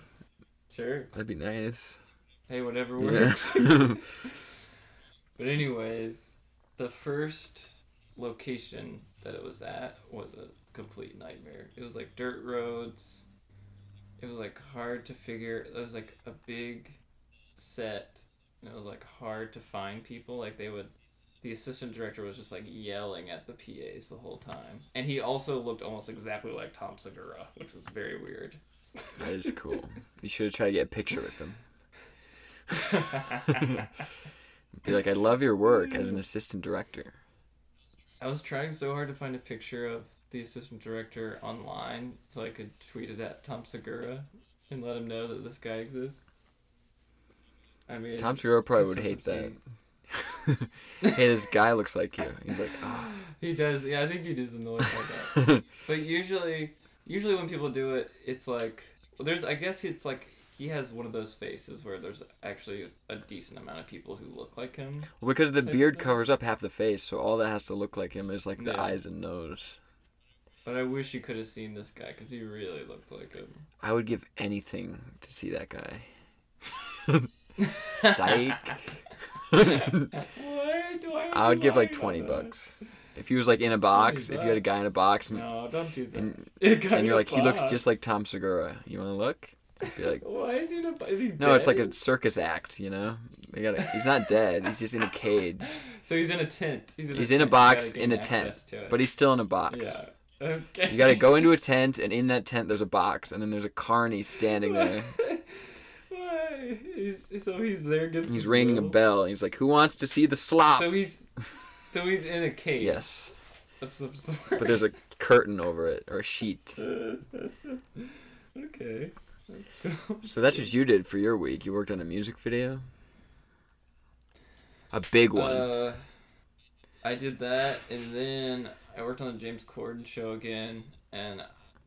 [SPEAKER 1] Sure.
[SPEAKER 2] That'd be nice.
[SPEAKER 1] Hey, whatever
[SPEAKER 2] Yeah.
[SPEAKER 1] works. But anyways, the first location that it was at was a complete nightmare. It was like dirt roads. It was like hard to figure. It was like a big set, and it was like hard to find people. Like they would, the assistant director was just like yelling at the PAs the whole time, and he also looked almost exactly like Tom Segura, which was very weird.
[SPEAKER 2] that is cool. You should try to get a picture with them. Be like, I love your work as an assistant director.
[SPEAKER 1] I was trying so hard to find a picture of the assistant director online so I could tweet it at Tom Segura and let him know that this guy exists. I mean,
[SPEAKER 2] Tom Segura probably would hate
[SPEAKER 1] That's
[SPEAKER 2] that.
[SPEAKER 1] something
[SPEAKER 2] hey, this guy looks like you. He's like, ah.
[SPEAKER 1] he does. Yeah, I think he does annoy like that. But usually, usually when people do it, it's like well, there's. I guess it's like he has one of those faces where there's actually a decent amount of people who look like him.
[SPEAKER 2] Well, because the
[SPEAKER 1] Like
[SPEAKER 2] beard
[SPEAKER 1] the-
[SPEAKER 2] covers up half the face, so all that has to look like him is like the
[SPEAKER 1] Yeah.
[SPEAKER 2] eyes and nose.
[SPEAKER 1] But I wish you could have seen this guy because he really looked like him.
[SPEAKER 2] I would give anything to see that guy. Psych.
[SPEAKER 1] Why do I?
[SPEAKER 2] I would give like
[SPEAKER 1] lie about
[SPEAKER 2] 20
[SPEAKER 1] that?
[SPEAKER 2] bucks. If he was like in a box, if you had a guy in a box and,
[SPEAKER 1] No, don't do that.
[SPEAKER 2] and,
[SPEAKER 1] It got
[SPEAKER 2] and
[SPEAKER 1] in
[SPEAKER 2] you're
[SPEAKER 1] a
[SPEAKER 2] like, he looks
[SPEAKER 1] box.
[SPEAKER 2] just like Tom Segura, you want to look? I'd be like,
[SPEAKER 1] Why is he in a bo- Is he
[SPEAKER 2] no, it's like
[SPEAKER 1] dead?
[SPEAKER 2] a circus act, you know? They gotta, he's not dead, he's just in a cage.
[SPEAKER 1] So he's in a tent. He's in a,
[SPEAKER 2] He's in
[SPEAKER 1] tent.
[SPEAKER 2] a
[SPEAKER 1] You
[SPEAKER 2] box,
[SPEAKER 1] gotta
[SPEAKER 2] in a
[SPEAKER 1] gain
[SPEAKER 2] tent,
[SPEAKER 1] access to it.
[SPEAKER 2] but he's still in a box.
[SPEAKER 1] Yeah. Okay.
[SPEAKER 2] You gotta go into a tent, and in that tent there's a box, and then there's a carny standing there.
[SPEAKER 1] Why? He's, so he's there against.
[SPEAKER 2] He's
[SPEAKER 1] his
[SPEAKER 2] ringing a
[SPEAKER 1] will.
[SPEAKER 2] bell. and He's like, "Who wants to see the slop?"
[SPEAKER 1] So he's, so he's in a cage.
[SPEAKER 2] yes,
[SPEAKER 1] Of some sort.
[SPEAKER 2] but there's a curtain over it or a sheet.
[SPEAKER 1] okay. That's cool.
[SPEAKER 2] So that's what you did for your week. You worked on a music video, a big one.
[SPEAKER 1] Uh, I did that, and then I worked on the James Corden show again, and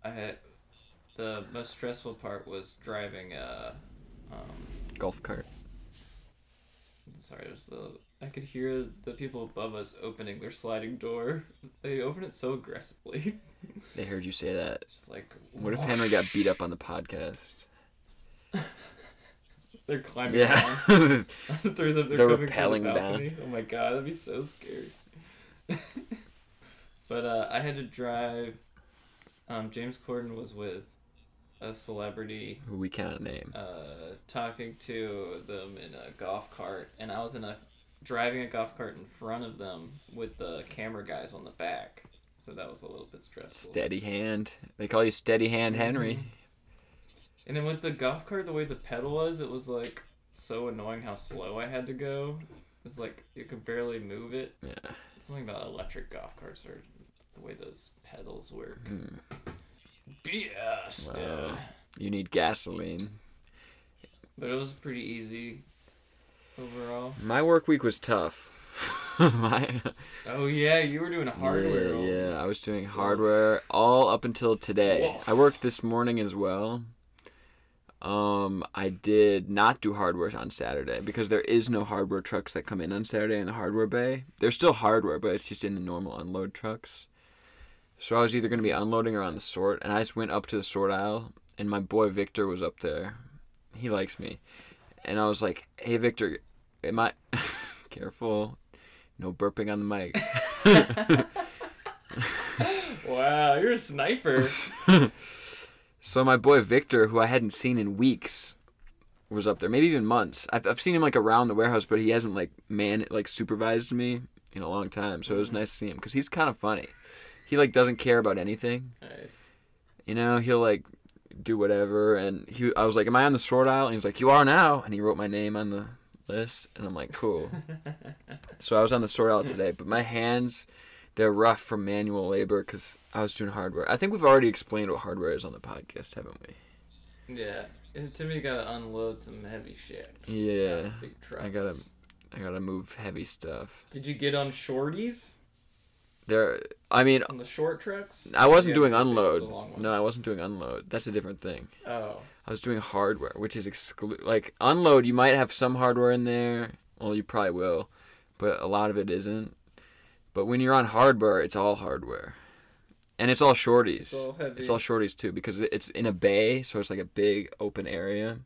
[SPEAKER 1] I had the most stressful part was driving. Uh, um,
[SPEAKER 2] Golf cart.
[SPEAKER 1] sorry, it was the I could hear the people above us opening their sliding door. They open it so aggressively.
[SPEAKER 2] They heard you say that.
[SPEAKER 1] It's just like
[SPEAKER 2] What if Henry got beat up on the podcast?
[SPEAKER 1] They're climbing
[SPEAKER 2] Yeah.
[SPEAKER 1] down through the. They're,
[SPEAKER 2] They're
[SPEAKER 1] coming
[SPEAKER 2] rappelling
[SPEAKER 1] through
[SPEAKER 2] down.
[SPEAKER 1] the balcony. Oh my god, that'd be so scary. but uh, I had to drive. Um, James Corden was with a celebrity
[SPEAKER 2] Who we cannot name.
[SPEAKER 1] uh, talking to them in a golf cart, and I was in a driving a golf cart in front of them with the camera guys on the back. So that was a little bit stressful.
[SPEAKER 2] Steady hand. They call you Steady Hand Henry.
[SPEAKER 1] And then with the golf cart, the way the pedal was, it was like so annoying how slow I had to go. It's like you could barely move it.
[SPEAKER 2] Yeah.
[SPEAKER 1] Something about electric golf carts or the way those pedals work.
[SPEAKER 2] Hmm.
[SPEAKER 1] BS,
[SPEAKER 2] Wow.
[SPEAKER 1] dude.
[SPEAKER 2] You need gasoline.
[SPEAKER 1] But it was pretty easy overall.
[SPEAKER 2] My work week was tough. My.
[SPEAKER 1] Oh yeah, you were doing hardware.
[SPEAKER 2] Yeah,
[SPEAKER 1] all-
[SPEAKER 2] yeah, I was doing hardware all up until today. I
[SPEAKER 1] Woof.
[SPEAKER 2] worked this morning as well. Um, I did not do hardware on Saturday because there is no hardware trucks that come in on Saturday in the hardware bay. There's still hardware, but it's just in the normal unload trucks. So I was either going to be unloading or on the sort, and I just went up to the sort aisle, and my boy Victor was up there. He likes me, and I was like, "Hey, Victor, am I careful? No burping on the mic."
[SPEAKER 1] Wow, you're a sniper.
[SPEAKER 2] So my boy Victor, who I hadn't seen in weeks, was up there, maybe even months. I've, I've seen him like around the warehouse, but he hasn't like man like supervised me in a long time. So it was nice to see him because he's kind of funny. He like doesn't care about anything.
[SPEAKER 1] Nice.
[SPEAKER 2] You know, he'll like do whatever. And he, I was like, "Am I on the sword aisle?" And he's like, "You are now." And he wrote my name on the list, and I'm like, "Cool." so I was on the sword aisle today, but my hands. They're rough from manual labor because I was doing hardware. I think we've already explained what hardware is on the podcast, haven't we?
[SPEAKER 1] Yeah. It, to me, gotta unload some heavy shit.
[SPEAKER 2] Yeah.
[SPEAKER 1] Big trucks.
[SPEAKER 2] I gotta- I gotta move heavy stuff.
[SPEAKER 1] Did you get on shorties
[SPEAKER 2] There, I mean,
[SPEAKER 1] on the short trucks?
[SPEAKER 2] I wasn't
[SPEAKER 1] Or you
[SPEAKER 2] doing
[SPEAKER 1] had to do
[SPEAKER 2] unload.
[SPEAKER 1] the long ones?
[SPEAKER 2] No, I wasn't doing unload. That's a different thing.
[SPEAKER 1] Oh,
[SPEAKER 2] I was doing hardware, which is exclu- like unload. You might have some hardware in there. Well, you probably will, but a lot of it isn't. But when you're on hardware, it's all hardware, and it's all shorties.
[SPEAKER 1] it's all heavy.
[SPEAKER 2] It's all shorties too because it- it's in a bay, so it's like a big open area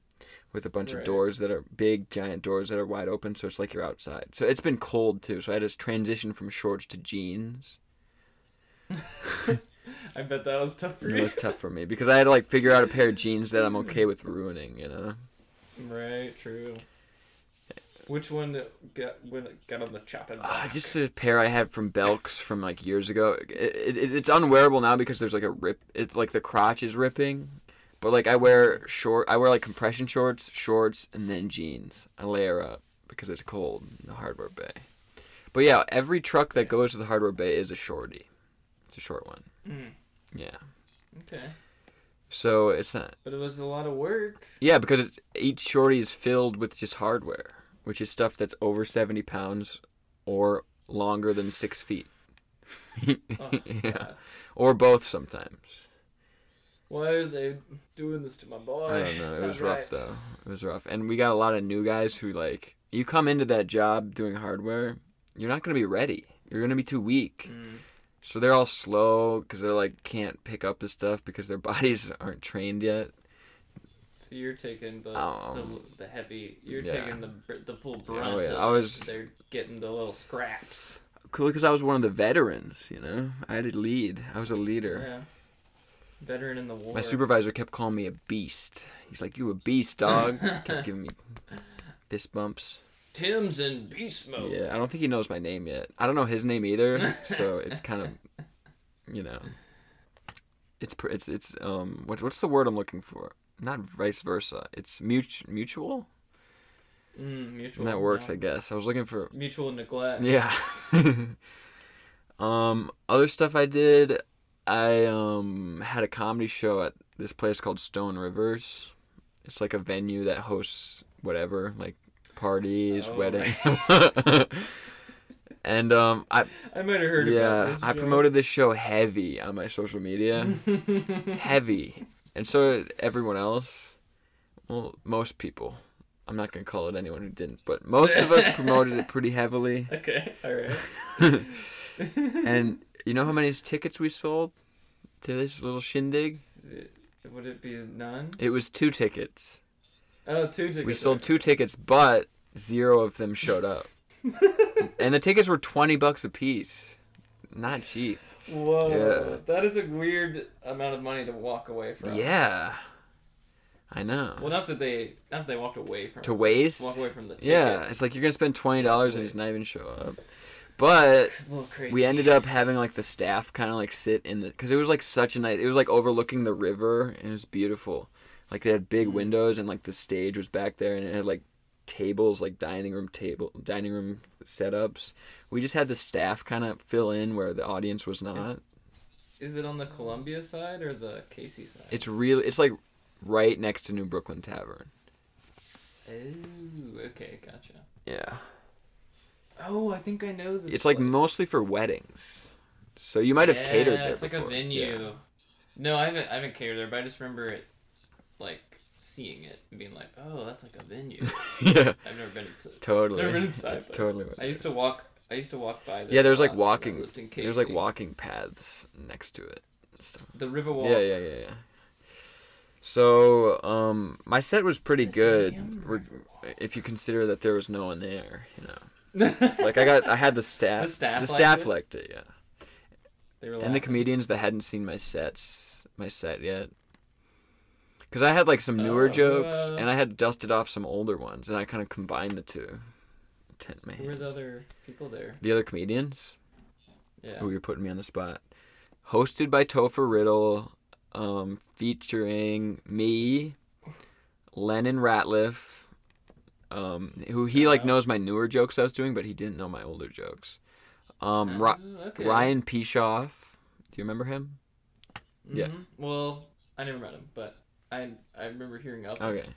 [SPEAKER 2] with a bunch
[SPEAKER 1] Right.
[SPEAKER 2] of doors that are big, giant doors that are wide open. So it's like you're outside. So it's been cold too. So I had to transition from shorts to jeans.
[SPEAKER 1] I bet that was tough for
[SPEAKER 2] And it
[SPEAKER 1] you.
[SPEAKER 2] was tough for me because I had to like figure out a pair of jeans that I'm okay with ruining. You know,
[SPEAKER 1] right, true. Which one got when it got on the chopping block?
[SPEAKER 2] uh, just a pair I had from Belks from like years ago. It, it, it's unwearable now because there's like a rip. It like the crotch is ripping. But like I wear short, I wear like compression shorts, shorts, and then jeans. I layer up because it's cold in the hardware bay. But yeah, every truck that goes to the hardware bay is a shorty. It's a short one.
[SPEAKER 1] Mm.
[SPEAKER 2] Yeah.
[SPEAKER 1] Okay,
[SPEAKER 2] So it's not.
[SPEAKER 1] but it was a lot of work.
[SPEAKER 2] Yeah, because it's, each shorty is filled with just hardware, which is stuff that's over seventy pounds or longer than six feet.
[SPEAKER 1] Oh,
[SPEAKER 2] yeah.
[SPEAKER 1] God.
[SPEAKER 2] Or both sometimes.
[SPEAKER 1] Why are they doing this to my boy?
[SPEAKER 2] I don't know.
[SPEAKER 1] It's
[SPEAKER 2] It
[SPEAKER 1] not
[SPEAKER 2] was rough
[SPEAKER 1] Oh, right.
[SPEAKER 2] though. It was rough. And we got a lot of new guys who like you come into that job doing hardware, you're not going to be ready. You're going to be too weak.
[SPEAKER 1] Mm.
[SPEAKER 2] So they're all slow cuz they're like can't pick up the stuff because their bodies aren't trained yet.
[SPEAKER 1] So you're taking the
[SPEAKER 2] Um,
[SPEAKER 1] the, the heavy. You're
[SPEAKER 2] yeah. Oh,
[SPEAKER 1] taking the br- the full brunt.
[SPEAKER 2] yeah,
[SPEAKER 1] of
[SPEAKER 2] I
[SPEAKER 1] it.
[SPEAKER 2] was-
[SPEAKER 1] They're getting the little scraps.
[SPEAKER 2] Cool cuz I was one of the veterans, you know. I had to lead. I was a leader.
[SPEAKER 1] Yeah. Veteran in the war.
[SPEAKER 2] My supervisor kept calling me a beast. He's like, "You a beast, dog." kept giving me fist bumps.
[SPEAKER 1] Tim's in beast mode.
[SPEAKER 2] Yeah, I don't think he knows my name yet. I don't know his name either, so it's kind of, you know, it's pr- it's it's um what what's the word I'm looking for? Not vice versa. It's mutu- mutual.
[SPEAKER 1] Mm, mutual.
[SPEAKER 2] And that works,
[SPEAKER 1] yeah.
[SPEAKER 2] I guess. I was looking for
[SPEAKER 1] Mutual neglect.
[SPEAKER 2] yeah. um, other stuff I did, I um had a comedy show at this place called Stone Rivers. It's like a venue that hosts whatever, like parties,
[SPEAKER 1] Oh,
[SPEAKER 2] weddings. and um, I
[SPEAKER 1] I might have heard about
[SPEAKER 2] yeah,
[SPEAKER 1] this.
[SPEAKER 2] I
[SPEAKER 1] joke.
[SPEAKER 2] promoted this show heavy on my social media, heavy, and so did everyone else. Well, most people. I'm not gonna call it anyone who didn't, but most of us promoted it pretty heavily.
[SPEAKER 1] Okay, all right.
[SPEAKER 2] And you know how many tickets we sold to this little shindig?
[SPEAKER 1] Is it- Would it be none?
[SPEAKER 2] It was two tickets.
[SPEAKER 1] Oh, two tickets.
[SPEAKER 2] We sold two tickets, but zero of them showed up. and the tickets were 20 bucks a piece. Not cheap.
[SPEAKER 1] Whoa,
[SPEAKER 2] Yeah.
[SPEAKER 1] that is a weird amount of money to walk away from.
[SPEAKER 2] Yeah. I know.
[SPEAKER 1] Well, not that they, not that they walked away from.
[SPEAKER 2] to
[SPEAKER 1] it.
[SPEAKER 2] waste?
[SPEAKER 1] Walk away from the ticket.
[SPEAKER 2] Yeah, it's like you're going to spend $20 and just not even show up. But
[SPEAKER 1] It's a little crazy.
[SPEAKER 2] we ended up having like the staff kind of like sit in the because it was like such a nice it was like overlooking the river and it was beautiful like they had big
[SPEAKER 1] Mm.
[SPEAKER 2] windows and like the stage was back there and it had like tables like dining room table dining room setups we just had the staff kind of fill in where the audience was not
[SPEAKER 1] Is it on the Columbia side or the Casey side?
[SPEAKER 2] it's really it's like right next to new brooklyn tavern
[SPEAKER 1] oh, okay, gotcha.
[SPEAKER 2] yeah
[SPEAKER 1] Oh, I think I know this.
[SPEAKER 2] it's like
[SPEAKER 1] place.
[SPEAKER 2] mostly for weddings so you might have catered
[SPEAKER 1] Yeah,
[SPEAKER 2] there
[SPEAKER 1] It's like
[SPEAKER 2] before.
[SPEAKER 1] a
[SPEAKER 2] Yeah.
[SPEAKER 1] venue. No, I haven't. I haven't catered there, but I just remember it, like seeing it and being like, "Oh, that's like a venue."
[SPEAKER 2] yeah,
[SPEAKER 1] I've never been. It's,
[SPEAKER 2] totally
[SPEAKER 1] Never been inside
[SPEAKER 2] it's
[SPEAKER 1] there.
[SPEAKER 2] totally what
[SPEAKER 1] I
[SPEAKER 2] it
[SPEAKER 1] used
[SPEAKER 2] is.
[SPEAKER 1] to walk. I used to walk by. There
[SPEAKER 2] Yeah, there's
[SPEAKER 1] a
[SPEAKER 2] like
[SPEAKER 1] lot when I
[SPEAKER 2] walking.
[SPEAKER 1] lived in
[SPEAKER 2] There's like
[SPEAKER 1] Casey.
[SPEAKER 2] walking paths next to it. and stuff.
[SPEAKER 1] The Riverwalk.
[SPEAKER 2] Yeah, yeah, yeah, yeah. So, um, my set was pretty good,
[SPEAKER 1] damn
[SPEAKER 2] reg-
[SPEAKER 1] Riverwalk.
[SPEAKER 2] if you consider that there was no one there. You know,
[SPEAKER 1] yeah.
[SPEAKER 2] like I got, I had the staff.
[SPEAKER 1] The staff
[SPEAKER 2] The
[SPEAKER 1] liked
[SPEAKER 2] staff
[SPEAKER 1] it?
[SPEAKER 2] liked it, yeah.
[SPEAKER 1] they were
[SPEAKER 2] And the
[SPEAKER 1] laughing.
[SPEAKER 2] comedians that hadn't seen my sets, my set yet, Because I had like some newer
[SPEAKER 1] Oh,
[SPEAKER 2] jokes
[SPEAKER 1] uh,
[SPEAKER 2] and I had dusted off some older ones and I kind of combined the two. Tent man.
[SPEAKER 1] Who were the other people there?
[SPEAKER 2] the other comedians?
[SPEAKER 1] Yeah.
[SPEAKER 2] Oh, you're putting me on the spot. Hosted by Topher Riddle, um, featuring me, Lennon Ratliff, um, who he
[SPEAKER 1] Shout
[SPEAKER 2] like
[SPEAKER 1] out.
[SPEAKER 2] knows my newer jokes I was doing, but he didn't know my older jokes. Um, Ri-
[SPEAKER 1] Oh, okay.
[SPEAKER 2] Ryan Pishoff, do you remember him? yeah.
[SPEAKER 1] Mhm. Well, I never met him, but I I remember hearing of him.
[SPEAKER 2] Okay.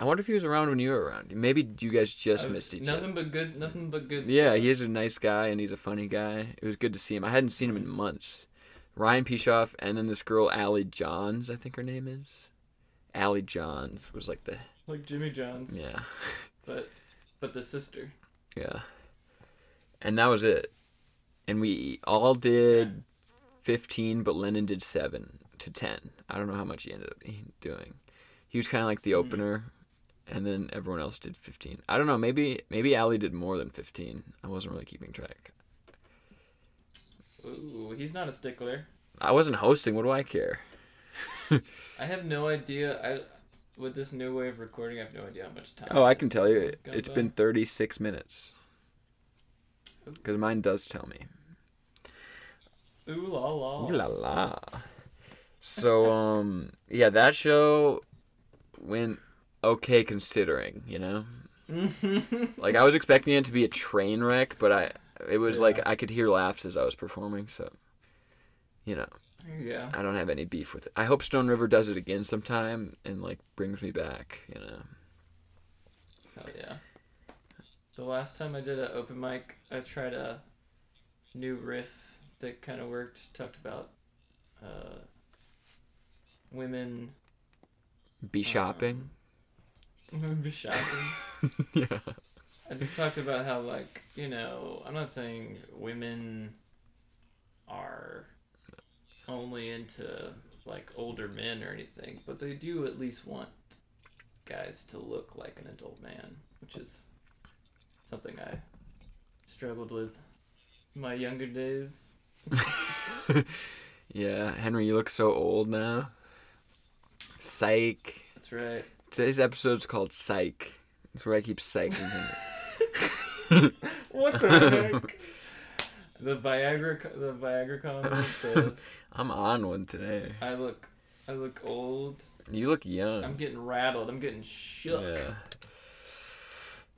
[SPEAKER 2] I wonder if he was around when you were around. Maybe you guys just
[SPEAKER 1] I was-
[SPEAKER 2] missed each
[SPEAKER 1] nothing
[SPEAKER 2] other.
[SPEAKER 1] but good. Nothing but good.
[SPEAKER 2] Yeah,
[SPEAKER 1] stuff.
[SPEAKER 2] he's a nice guy and he's a funny guy. It was good to see him. I hadn't seen him in
[SPEAKER 1] Nice.
[SPEAKER 2] months. Ryan Pishoff and then this girl Allie Johns, I think her name is. Allie Johns was like the
[SPEAKER 1] like Jimmy John's.
[SPEAKER 2] yeah
[SPEAKER 1] But but the sister.
[SPEAKER 2] yeah, and that was it. And we all did fifteen, but Lennon did seven to ten. I don't know how much he ended up doing. He was kind of like the
[SPEAKER 1] Hmm.
[SPEAKER 2] opener, and then everyone else did fifteen. I don't know. Maybe maybe Allie did more than fifteen. I wasn't really keeping track.
[SPEAKER 1] Ooh, he's not a stickler.
[SPEAKER 2] I wasn't hosting. What do I care?
[SPEAKER 1] I have no idea. I with this new way of recording, I have no idea how much time.
[SPEAKER 2] Oh, I
[SPEAKER 1] it
[SPEAKER 2] can
[SPEAKER 1] is.
[SPEAKER 2] tell you.
[SPEAKER 1] Gone
[SPEAKER 2] It's
[SPEAKER 1] by.
[SPEAKER 2] been 36 minutes. Because mine does tell me.
[SPEAKER 1] Ooh la la.
[SPEAKER 2] Ooh la la. So, um, yeah, that show went okay considering, you know? Like, I was expecting it to be a train wreck, but I, it was like
[SPEAKER 1] Yeah.
[SPEAKER 2] I could hear laughs as I was performing, so, you know,
[SPEAKER 1] yeah.
[SPEAKER 2] I don't have any beef with it. I hope Stone River does it again sometime and, like, brings me back, you know?
[SPEAKER 1] Hell yeah. The last time I did an open mic, I tried a new riff that kind of worked. Talked about uh, women Oh,
[SPEAKER 2] Be shopping.
[SPEAKER 1] um, shopping.
[SPEAKER 2] yeah.
[SPEAKER 1] I just talked about how, like, you know, I'm not saying women are only into like older men or anything, but they do at least want guys to look like an adult man, which is something I struggled with in my younger days.
[SPEAKER 2] yeah, Henry, you look so old now. Psych.
[SPEAKER 1] That's right.
[SPEAKER 2] Today's episode's called Psych. That's where I keep psyching Henry.
[SPEAKER 1] What the heck? The Viagra, co- the Viagra comment. The,
[SPEAKER 2] I'm on one today.
[SPEAKER 1] I look, I look old.
[SPEAKER 2] You look young.
[SPEAKER 1] I'm getting rattled. I'm getting shook.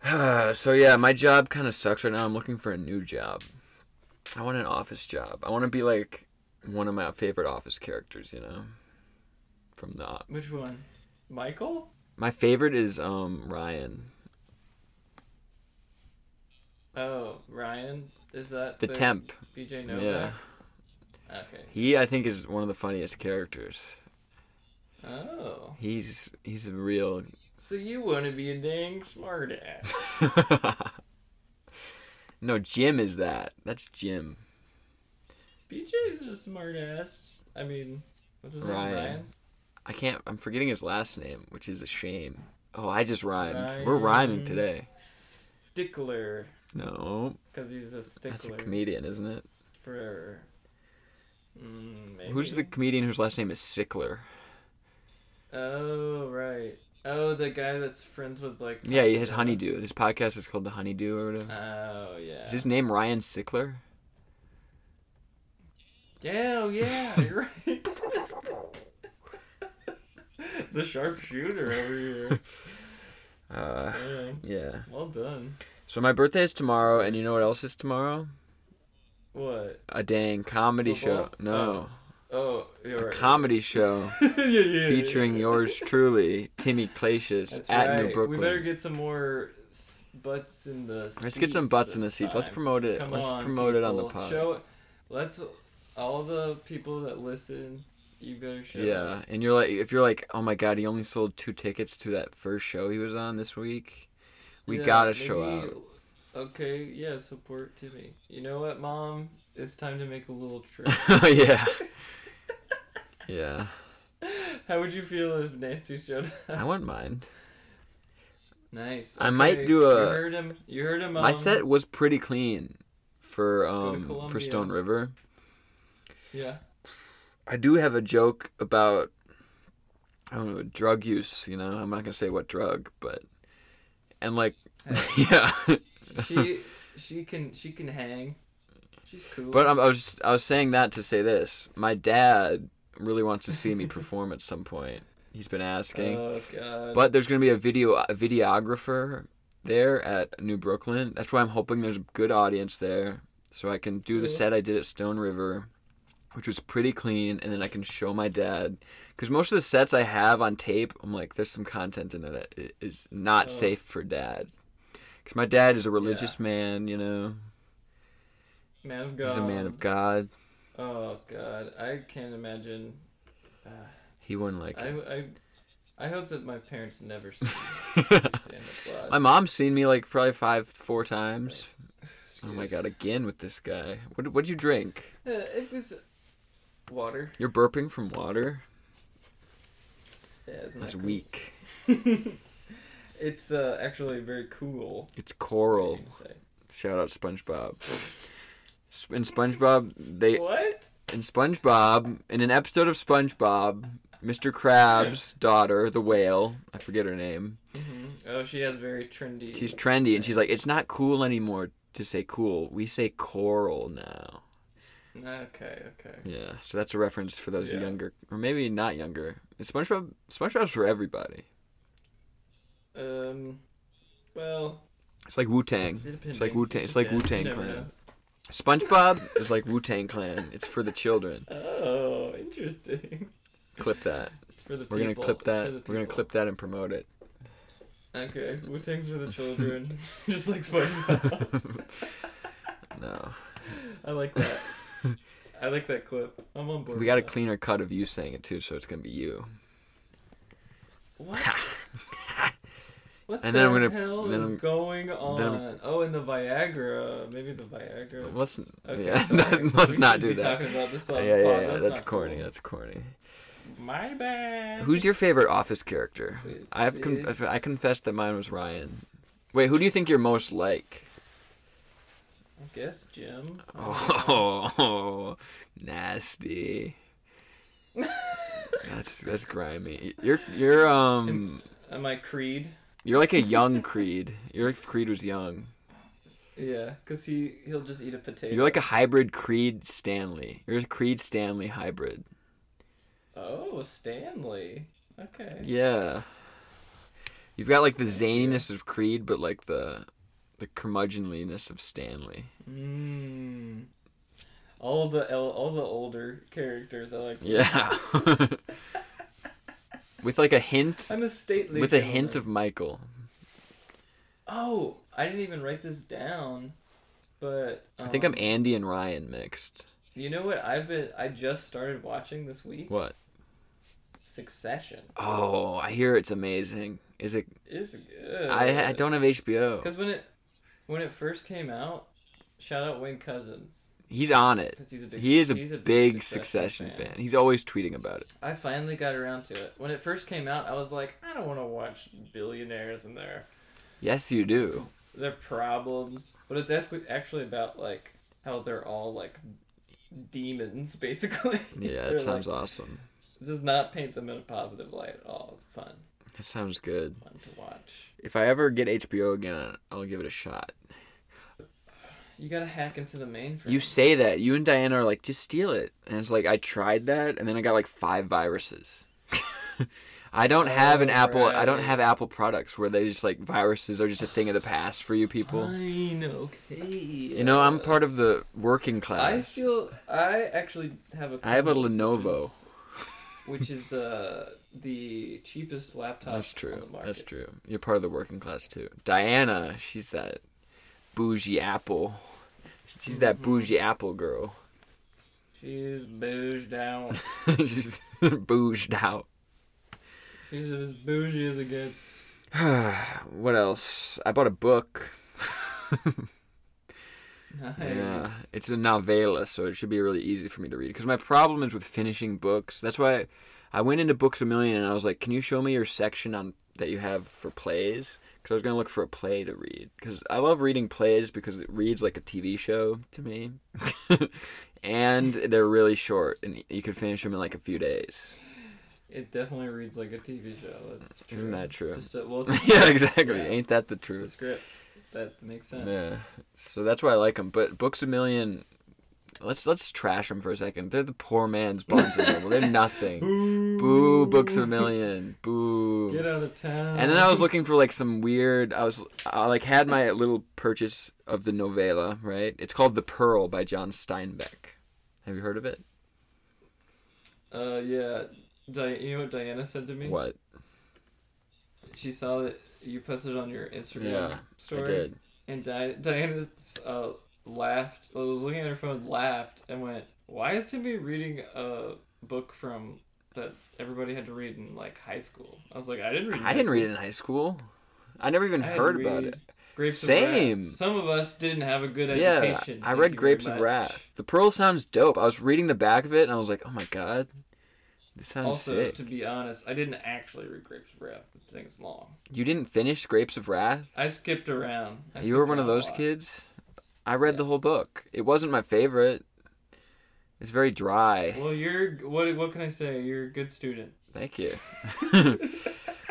[SPEAKER 2] Yeah. so yeah, my job kind of sucks right now. I'm looking for a new job. I want an office job. I want to be like one of my favorite office characters, you know. From the
[SPEAKER 1] Which one? Michael?
[SPEAKER 2] my favorite is um Ryan.
[SPEAKER 1] Oh, Ryan? Is that
[SPEAKER 2] The temp.
[SPEAKER 1] BJ
[SPEAKER 2] Yeah.
[SPEAKER 1] Novak? Okay.
[SPEAKER 2] He I think is one of the funniest characters.
[SPEAKER 1] Oh.
[SPEAKER 2] He's he's a real.
[SPEAKER 1] So you want to be a dang smartass.
[SPEAKER 2] no, Jim is that. That's Jim.
[SPEAKER 1] BJ's a smartass. I mean, what's his
[SPEAKER 2] Ryan.
[SPEAKER 1] name? Ryan?
[SPEAKER 2] I can't. I'm forgetting his last name, which is a shame. Oh, I just rhymed. We're rhyming
[SPEAKER 1] Ryan.
[SPEAKER 2] today.
[SPEAKER 1] Stickler.
[SPEAKER 2] No,
[SPEAKER 1] Because he's a
[SPEAKER 2] that's a
[SPEAKER 1] stickler
[SPEAKER 2] comedian, isn't it?
[SPEAKER 1] for. Mm, maybe.
[SPEAKER 2] Who's the comedian whose last name is Sickler?
[SPEAKER 1] Oh, right. Oh, the guy that's friends with, like.
[SPEAKER 2] Yeah, he
[SPEAKER 1] Tom
[SPEAKER 2] has
[SPEAKER 1] Segura.
[SPEAKER 2] Honeydew. His podcast is called The Honeydew or whatever.
[SPEAKER 1] Oh, yeah.
[SPEAKER 2] Is his name Ryan Sickler?
[SPEAKER 1] Yeah, oh, yeah, you're right. the sharpshooter over here.
[SPEAKER 2] Uh,
[SPEAKER 1] Yeah,
[SPEAKER 2] yeah.
[SPEAKER 1] well done.
[SPEAKER 2] So my birthday is tomorrow, and you know what else is tomorrow?
[SPEAKER 1] What?
[SPEAKER 2] A dang comedy show.
[SPEAKER 1] Football?
[SPEAKER 2] No,
[SPEAKER 1] Oh, you're
[SPEAKER 2] a
[SPEAKER 1] right.
[SPEAKER 2] comedy show
[SPEAKER 1] Yeah, yeah, yeah, yeah.
[SPEAKER 2] featuring yours truly, Timmy Clacius,
[SPEAKER 1] That's
[SPEAKER 2] at
[SPEAKER 1] right.
[SPEAKER 2] New
[SPEAKER 1] We better
[SPEAKER 2] Brooklyn.
[SPEAKER 1] get some more s- butts in the seats.
[SPEAKER 2] Let's get some butts in the
[SPEAKER 1] this
[SPEAKER 2] seats. Let's
[SPEAKER 1] time.
[SPEAKER 2] promote it.
[SPEAKER 1] Come
[SPEAKER 2] Let's
[SPEAKER 1] on,
[SPEAKER 2] promote it on the
[SPEAKER 1] people.
[SPEAKER 2] pod.
[SPEAKER 1] Show it. Let's all the people that listen. You better show.
[SPEAKER 2] Yeah, and you're like, if you're like, oh my god, he only sold two tickets to that first show he was on this week. We
[SPEAKER 1] Yeah,
[SPEAKER 2] gotta show
[SPEAKER 1] maybe-
[SPEAKER 2] out.
[SPEAKER 1] Okay, yeah, support Timmy. You know what, Mom? It's time to make a little trip.
[SPEAKER 2] yeah. yeah,
[SPEAKER 1] How would you feel if Nancy showed
[SPEAKER 2] I
[SPEAKER 1] up?
[SPEAKER 2] wouldn't mind.
[SPEAKER 1] Nice.
[SPEAKER 2] I might
[SPEAKER 1] Okay,
[SPEAKER 2] do a-
[SPEAKER 1] You heard him. You heard him.
[SPEAKER 2] my
[SPEAKER 1] um,
[SPEAKER 2] set was pretty clean for um for
[SPEAKER 1] Columbia.
[SPEAKER 2] Stone River.
[SPEAKER 1] Yeah.
[SPEAKER 2] I do have a joke about I don't know, drug use, you know? I'm not going to say what drug, but. And like, yeah.
[SPEAKER 1] she she can she can hang. She's cool.
[SPEAKER 2] But I'm, I was just, I was saying that to say this. My dad really wants to see me perform at some point. He's been asking.
[SPEAKER 1] oh god.
[SPEAKER 2] But there's going to be a video a videographer there at New Brooklyn. That's why I'm hoping there's a good audience there, so I can do the
[SPEAKER 1] Cool.
[SPEAKER 2] set I did at Stone River, which was pretty clean, and then I can show my dad. Because most of the sets I have on tape, I'm like, there's some content in it that i- is not
[SPEAKER 1] Oh.
[SPEAKER 2] safe for dad. Because my dad is a religious man, you know.
[SPEAKER 1] man of God.
[SPEAKER 2] He's a man of God.
[SPEAKER 1] Oh god, I can't imagine. Uh,
[SPEAKER 2] He wouldn't like
[SPEAKER 1] I,
[SPEAKER 2] it.
[SPEAKER 1] I I hope that my parents never see stand up
[SPEAKER 2] my
[SPEAKER 1] live.
[SPEAKER 2] mom's seen me like probably five, four times. Oh my
[SPEAKER 1] Excuse-
[SPEAKER 2] god, again with this guy. What what'd you drink?
[SPEAKER 1] Uh, it was water.
[SPEAKER 2] You're burping from water?
[SPEAKER 1] Yeah, isn't
[SPEAKER 2] That's
[SPEAKER 1] that
[SPEAKER 2] weak.
[SPEAKER 1] cool? it's uh, actually very cool.
[SPEAKER 2] It's
[SPEAKER 1] Cool.
[SPEAKER 2] coral. Shout out SpongeBob. S- In SpongeBob, they
[SPEAKER 1] What?
[SPEAKER 2] in SpongeBob, in an episode of SpongeBob, Mr. Krabs' daughter, the whale, I forget her name.
[SPEAKER 1] hmm Oh, she has very trendy.
[SPEAKER 2] She's trendy and she's like, "It's not cool anymore to say cool. We say coral now."
[SPEAKER 1] Okay, okay.
[SPEAKER 2] Yeah. So that's a reference for those
[SPEAKER 1] Yeah.
[SPEAKER 2] younger or maybe not younger. It's SpongeBob SpongeBob's for everybody.
[SPEAKER 1] Um, well,
[SPEAKER 2] It's like Wu-Tang.
[SPEAKER 1] depending.
[SPEAKER 2] It's like Wu-Tang. It's like
[SPEAKER 1] Yeah, you
[SPEAKER 2] Wu-Tang
[SPEAKER 1] never
[SPEAKER 2] Clan.
[SPEAKER 1] know.
[SPEAKER 2] SpongeBob is like Wu Tang Clan. It's for the children.
[SPEAKER 1] Oh, interesting.
[SPEAKER 2] Clip that.
[SPEAKER 1] It's for the people.
[SPEAKER 2] We're gonna clip
[SPEAKER 1] It's for
[SPEAKER 2] that.
[SPEAKER 1] the
[SPEAKER 2] We're gonna
[SPEAKER 1] people.
[SPEAKER 2] clip that and promote it.
[SPEAKER 1] Okay, Wu Tang's for the children, just like SpongeBob.
[SPEAKER 2] No,
[SPEAKER 1] I like that. I like that clip. I'm on board.
[SPEAKER 2] we got a
[SPEAKER 1] with that.
[SPEAKER 2] cleaner cut of you saying it too, so it's gonna be you.
[SPEAKER 1] What? What
[SPEAKER 2] And
[SPEAKER 1] the
[SPEAKER 2] then I'm gonna-
[SPEAKER 1] hell
[SPEAKER 2] then
[SPEAKER 1] is
[SPEAKER 2] I'm-
[SPEAKER 1] going on?
[SPEAKER 2] then I'm-
[SPEAKER 1] oh, and the Viagra. Maybe the Viagra.
[SPEAKER 2] Let's
[SPEAKER 1] Okay,
[SPEAKER 2] yeah,
[SPEAKER 1] sorry.
[SPEAKER 2] let's
[SPEAKER 1] We
[SPEAKER 2] not
[SPEAKER 1] shouldn't
[SPEAKER 2] do
[SPEAKER 1] be
[SPEAKER 2] that.
[SPEAKER 1] Talking about this
[SPEAKER 2] Yeah,
[SPEAKER 1] on
[SPEAKER 2] yeah,
[SPEAKER 1] the pod.
[SPEAKER 2] yeah. That's,
[SPEAKER 1] not
[SPEAKER 2] corny.
[SPEAKER 1] cool.
[SPEAKER 2] That's corny.
[SPEAKER 1] My bad.
[SPEAKER 2] Who's your favorite Office character? I have con-
[SPEAKER 1] It's-
[SPEAKER 2] I confessed that mine was Ryan. Wait, who do you think you're most like?
[SPEAKER 1] I guess Jim.
[SPEAKER 2] Oh, nasty. That's that's grimy. You're you're um
[SPEAKER 1] Am I Creed?
[SPEAKER 2] you're like a young Creed. You're like if Creed was young.
[SPEAKER 1] Yeah, cause he he'll just eat a potato.
[SPEAKER 2] You're like a hybrid Creed Stanley. You're a Creed Stanley hybrid.
[SPEAKER 1] oh Stanley. Okay.
[SPEAKER 2] Yeah. You've got like the zaniness of Creed, but like the the curmudgeonliness of Stanley.
[SPEAKER 1] Mm. All the el- all the older characters I like.
[SPEAKER 2] Yeah. With like a hint
[SPEAKER 1] I'm a stately.
[SPEAKER 2] with a hint
[SPEAKER 1] gentleman.
[SPEAKER 2] of Michael.
[SPEAKER 1] Oh, I didn't even write this down, but
[SPEAKER 2] I think I'm
[SPEAKER 1] um,
[SPEAKER 2] Andy and Ryan mixed.
[SPEAKER 1] You know what? I've been. I just started watching this week.
[SPEAKER 2] What?
[SPEAKER 1] Succession.
[SPEAKER 2] Oh, I hear it's amazing. Is it?
[SPEAKER 1] It's good.
[SPEAKER 2] I, I don't have HBO.
[SPEAKER 1] Because when it when it first came out, shout out Wayne Cousins
[SPEAKER 2] He's on it.
[SPEAKER 1] because he's a big.
[SPEAKER 2] He is a
[SPEAKER 1] he's
[SPEAKER 2] big Succession fan. He's always tweeting about it.
[SPEAKER 1] I finally got around to it. When it first came out, I was like, I don't want to watch billionaires and their
[SPEAKER 2] Yes, you do.
[SPEAKER 1] their problems, but it's actually actually about like how they're all like demons basically.
[SPEAKER 2] Yeah,
[SPEAKER 1] They're
[SPEAKER 2] that sounds
[SPEAKER 1] like,
[SPEAKER 2] awesome.
[SPEAKER 1] does not paint them in a positive light at all. It's fun,
[SPEAKER 2] That sounds good.
[SPEAKER 1] fun to watch.
[SPEAKER 2] If I ever get HBO again, I'll give it a shot.
[SPEAKER 1] You gotta hack into the mainframe.
[SPEAKER 2] You say that. You and Diana are like, just steal it. And it's like, I tried that, and then I got like five viruses. I don't have an
[SPEAKER 1] Oh,
[SPEAKER 2] Apple. I don't
[SPEAKER 1] right.
[SPEAKER 2] have Apple products where they just like viruses are just a thing of the past for you people.
[SPEAKER 1] Fine, okay.
[SPEAKER 2] You know, I'm part of the working class.
[SPEAKER 1] I still, I actually have a.
[SPEAKER 2] I have a
[SPEAKER 1] Chromebook, which
[SPEAKER 2] Lenovo.
[SPEAKER 1] is- which is uh, the cheapest laptop.
[SPEAKER 2] That's
[SPEAKER 1] On the
[SPEAKER 2] true.
[SPEAKER 1] market.
[SPEAKER 2] That's true. You're part of the working class too. Diana, she's that bougie apple. She's
[SPEAKER 1] Mm-hmm.
[SPEAKER 2] that bougie apple girl.
[SPEAKER 1] She's bouged out.
[SPEAKER 2] she's bouged out.
[SPEAKER 1] She's as bougie as it gets.
[SPEAKER 2] what else? I bought a book.
[SPEAKER 1] Nice.
[SPEAKER 2] Yeah, it's a novella, so it should be really easy for me to read. Because my problem is with finishing books. That's why I went into Books a Million and I was like, "Can you show me your section on that you have for plays?" Because I was gonna look for a play to read. Because I love reading plays because it reads like a TV show to me, and they're really short and you could finish them in like a few days.
[SPEAKER 1] It definitely reads like a TV show. That's true.
[SPEAKER 2] Isn't that true?
[SPEAKER 1] It's just a, well, it's a
[SPEAKER 2] yeah,
[SPEAKER 1] script.
[SPEAKER 2] exactly.
[SPEAKER 1] Yeah,
[SPEAKER 2] Ain't that the
[SPEAKER 1] It's a
[SPEAKER 2] truth?
[SPEAKER 1] script. That makes sense.
[SPEAKER 2] Yeah. So that's why I like them. But Books a Million, let's let's trash them for a second. They're the poor man's Barnes and Noble. They're nothing.
[SPEAKER 1] Boo.
[SPEAKER 2] Boo, Books a Million. Boo.
[SPEAKER 1] Get out of town.
[SPEAKER 2] And then I was looking for like some weird. I was I like had my little purchase of the novella. Right. It's called The Pearl by John Steinbeck. Have you heard of it?
[SPEAKER 1] Uh, yeah. Di- you know what Diana said to me?
[SPEAKER 2] What?
[SPEAKER 1] She saw that you posted on your Instagram
[SPEAKER 2] Yeah,
[SPEAKER 1] story.
[SPEAKER 2] I did.
[SPEAKER 1] And Di- Diana uh, laughed. I was looking at her phone, laughed, and went, "Why is Timmy reading a book from that everybody had to read in like high school?" I was like, "I didn't read.
[SPEAKER 2] I didn't read it in high school. I never even
[SPEAKER 1] I had to
[SPEAKER 2] heard about
[SPEAKER 1] read
[SPEAKER 2] it.
[SPEAKER 1] Grapes of
[SPEAKER 2] Same.
[SPEAKER 1] Wrath. Some of us didn't have a good
[SPEAKER 2] Yeah,
[SPEAKER 1] education.
[SPEAKER 2] I
[SPEAKER 1] Thank
[SPEAKER 2] read
[SPEAKER 1] you very
[SPEAKER 2] Grapes of
[SPEAKER 1] much.
[SPEAKER 2] Wrath. The Pearl sounds dope. I was reading the back of it and I was like, oh my god, this sounds
[SPEAKER 1] Also,
[SPEAKER 2] sick.
[SPEAKER 1] to be honest, I didn't actually read Grapes of Wrath. The thing's long.
[SPEAKER 2] You didn't finish Grapes of Wrath?
[SPEAKER 1] I skipped around. I
[SPEAKER 2] you were
[SPEAKER 1] skipped around
[SPEAKER 2] one of
[SPEAKER 1] a
[SPEAKER 2] those
[SPEAKER 1] lot.
[SPEAKER 2] kids. I read
[SPEAKER 1] Yeah.
[SPEAKER 2] the whole book. It wasn't my favorite. It's very dry.
[SPEAKER 1] Well, you're what? What can I say? You're a good student.
[SPEAKER 2] Thank you.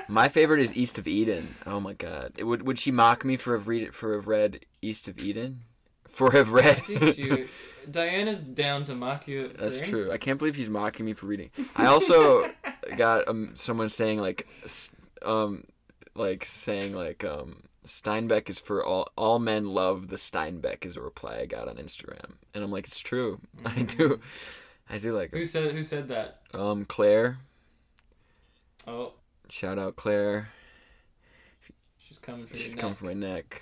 [SPEAKER 2] my favorite is East of Eden. Oh my god. It would would she mock me for have read for have read East of Eden? For have read.
[SPEAKER 1] I think you, Diana's down to mock you. for
[SPEAKER 2] That's
[SPEAKER 1] anything.
[SPEAKER 2] true. Oh. I can't believe he's mocking me for reading. I also got um, someone saying like, s- um, like saying like um, Steinbeck is for all all men love the Steinbeck is a reply I got on Instagram, and I'm like it's true. I do,
[SPEAKER 1] Mm-hmm.
[SPEAKER 2] I do like
[SPEAKER 1] Who
[SPEAKER 2] him.
[SPEAKER 1] said who said that?
[SPEAKER 2] Um, Claire,
[SPEAKER 1] Oh,
[SPEAKER 2] shout out Claire.
[SPEAKER 1] she's coming for
[SPEAKER 2] She's
[SPEAKER 1] your
[SPEAKER 2] come
[SPEAKER 1] neck.
[SPEAKER 2] for my neck.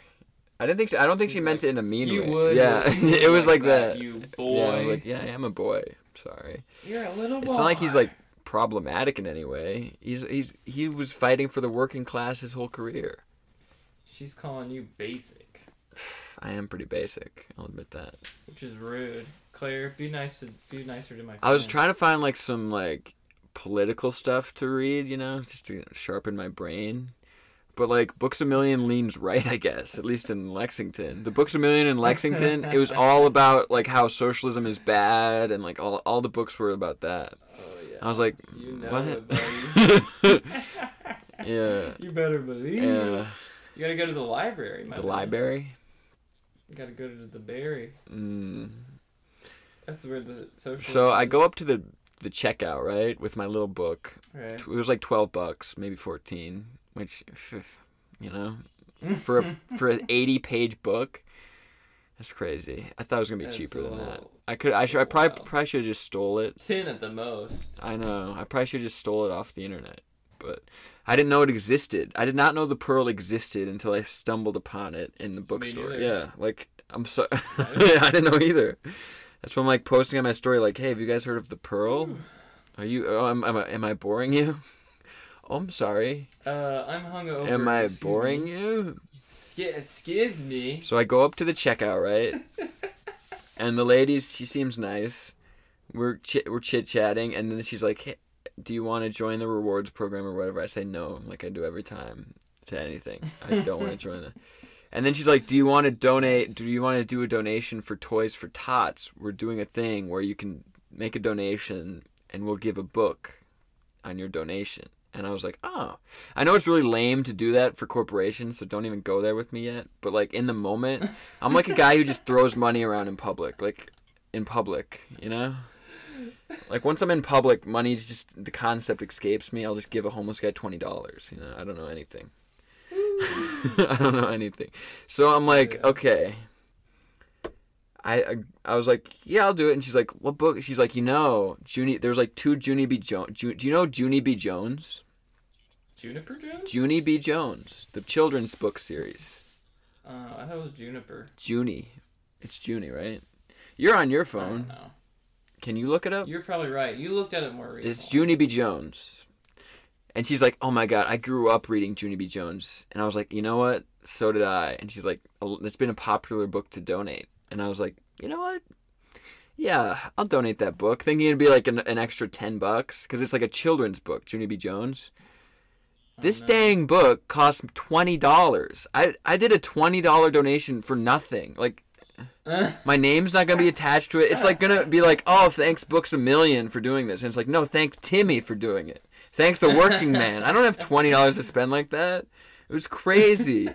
[SPEAKER 2] I didn't think she, I don't think she
[SPEAKER 1] He's
[SPEAKER 2] meant
[SPEAKER 1] like,
[SPEAKER 2] it in a mean
[SPEAKER 1] you
[SPEAKER 2] way.
[SPEAKER 1] would.
[SPEAKER 2] yeah,
[SPEAKER 1] you would
[SPEAKER 2] it was like that.
[SPEAKER 1] You
[SPEAKER 2] Yeah, I
[SPEAKER 1] boy.
[SPEAKER 2] was like, yeah, I am a boy. Sorry.
[SPEAKER 1] You're a little boy.
[SPEAKER 2] It's not like he's like problematic in any way. He's he's he was fighting for the working class his whole career.
[SPEAKER 1] She's calling you basic,
[SPEAKER 2] I am pretty basic. I'll admit that.
[SPEAKER 1] which is rude. Claire, be nice to be nicer to my.
[SPEAKER 2] I was
[SPEAKER 1] friend.
[SPEAKER 2] trying to find like some like political stuff to read, you know, just to sharpen my brain. But like Books a Million leans right, I guess, at least in Lexington. The Books a Million in Lexington, it was all about like how socialism is bad and like all all the books were about that.
[SPEAKER 1] Oh yeah.
[SPEAKER 2] I was like,
[SPEAKER 1] You know it,
[SPEAKER 2] what? yeah.
[SPEAKER 1] you better believe.
[SPEAKER 2] Yeah.
[SPEAKER 1] You gotta go to the library. My
[SPEAKER 2] The
[SPEAKER 1] man.
[SPEAKER 2] library?
[SPEAKER 1] You gotta go to the berry.
[SPEAKER 2] Mm.
[SPEAKER 1] That's where the social.
[SPEAKER 2] So I go up to the the checkout, right, with my little book.
[SPEAKER 1] Right.
[SPEAKER 2] It was like 12 bucks, maybe 14, which you know, for a for an 80-page book. That's crazy. I thought it was going to be
[SPEAKER 1] That's
[SPEAKER 2] cheaper
[SPEAKER 1] a
[SPEAKER 2] than that.
[SPEAKER 1] little-
[SPEAKER 2] I could I should I probably
[SPEAKER 1] Wow.
[SPEAKER 2] probably should have just stole it.
[SPEAKER 1] Ten at the most.
[SPEAKER 2] I know. I probably should have just stole it off the internet. But I didn't know it existed. I did not know the pearl existed until I stumbled upon it in the bookstore.
[SPEAKER 1] neither.
[SPEAKER 2] Yeah, like I'm so
[SPEAKER 1] Right.
[SPEAKER 2] I didn't know either. That's why I'm like posting on my story, like, "Hey, have you guys heard of the
[SPEAKER 1] Hmm.
[SPEAKER 2] pearl? Are you? Oh, am, am, I, am I boring you? Oh, I'm sorry.
[SPEAKER 1] Uh, I'm hungover.
[SPEAKER 2] am I
[SPEAKER 1] excuse me.
[SPEAKER 2] boring you?
[SPEAKER 1] Sca- excuse me.
[SPEAKER 2] So I go up to the checkout, right? and the lady, she seems nice. We're chit we're chit chatting, and then she's like, hey, "Do you want to join the rewards program or whatever?" I say no, like I do every time to anything. I don't want to join the. And then she's like, "Do you want to donate? Do you want to do a donation for Toys for Tots? We're doing a thing where you can make a donation, and we'll give a book on your donation." And I was like, "Oh, I know it's really lame to do that for corporations, so don't even go there with me yet. But like in the moment, I'm like a guy who just throws money around in public, like in public, you know. Like once I'm in public, money's just the concept escapes me. I'll just give a homeless guy twenty dollars. You know, I don't know anything. I don't know anything. So I'm like,
[SPEAKER 1] Yeah.
[SPEAKER 2] okay. I, I I was like, yeah, I'll do it. And she's like, what book? She's like, you know, Junie. There's like two Junie B. Jones. Ju- do you know Junie B. Jones?
[SPEAKER 1] Juniper Jones?
[SPEAKER 2] Junie B. Jones, the children's book series.
[SPEAKER 1] Uh, I thought it was Juniper.
[SPEAKER 2] Junie. It's Junie, right? You're on your
[SPEAKER 1] I don't
[SPEAKER 2] phone.
[SPEAKER 1] know.
[SPEAKER 2] Can you look it up?
[SPEAKER 1] You're probably right. You looked at it more recently.
[SPEAKER 2] It's Junie B. Jones. And she's like, oh my God, I grew up reading Junie B. Jones. And I was like, you know what? So did I. And she's like, "Oh, it's been a popular book to donate. And I was like, you know what? Yeah, I'll donate that book, thinking it'd be like an, an extra 10 bucks because it's like a children's book, Junie B. Jones. This
[SPEAKER 1] Oh, no.
[SPEAKER 2] dang book cost $20. I, I did a $20 donation for nothing. Like, my name's not gonna be attached to it. It's like gonna be like, oh, thanks Books a Million for doing this, and it's like, no, thank Timmy for doing it. Thank the working man. I don't have twenty dollars to spend like that. It was crazy.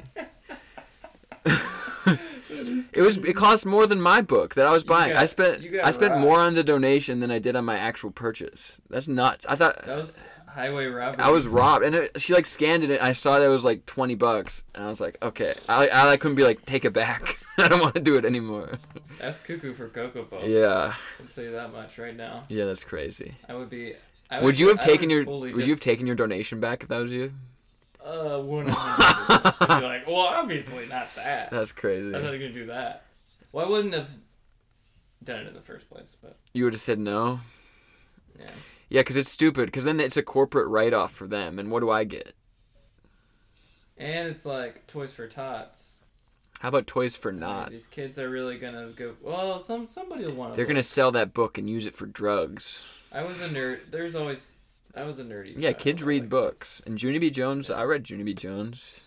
[SPEAKER 2] it was it cost more than my book that I was buying.
[SPEAKER 1] got-
[SPEAKER 2] I spent
[SPEAKER 1] you got
[SPEAKER 2] I spent
[SPEAKER 1] robbed.
[SPEAKER 2] more on the donation than I did on my actual purchase. That's nuts. I thought
[SPEAKER 1] That was highway robbery.
[SPEAKER 2] I was robbed, and it, she like scanned it. and I saw that it was like twenty bucks, and I was like, okay, I I like, couldn't be like take it back. I don't want to do it anymore.
[SPEAKER 1] That's cuckoo for cocoa puffs.
[SPEAKER 2] Yeah,
[SPEAKER 1] I'll tell you that much right now.
[SPEAKER 2] yeah, that's crazy.
[SPEAKER 1] I would be. I
[SPEAKER 2] Would you have
[SPEAKER 1] I
[SPEAKER 2] taken your
[SPEAKER 1] would fully
[SPEAKER 2] Would
[SPEAKER 1] just,
[SPEAKER 2] you have taken your donation back if that was you?
[SPEAKER 1] Uh, one hundred. I'd be like, well, obviously not that.
[SPEAKER 2] That's crazy.
[SPEAKER 1] I'm not gonna do that. Well, I wouldn't have done it in the first place, but
[SPEAKER 2] You would have said no.
[SPEAKER 1] yeah.
[SPEAKER 2] Yeah, because it's stupid. Because then it's a corporate write off for them, and what do I get?
[SPEAKER 1] And it's like Toys for Tots.
[SPEAKER 2] How about toys for
[SPEAKER 1] I mean,
[SPEAKER 2] not?
[SPEAKER 1] These kids are really gonna go. Well, some somebody will want.
[SPEAKER 2] They're gonna sell that book and use it for drugs.
[SPEAKER 1] I was a nerd. There's always. I was a nerdy.
[SPEAKER 2] Yeah,
[SPEAKER 1] child.
[SPEAKER 2] kids
[SPEAKER 1] I
[SPEAKER 2] read
[SPEAKER 1] like-
[SPEAKER 2] books. And Junie B. Jones, I read Junie B. Jones,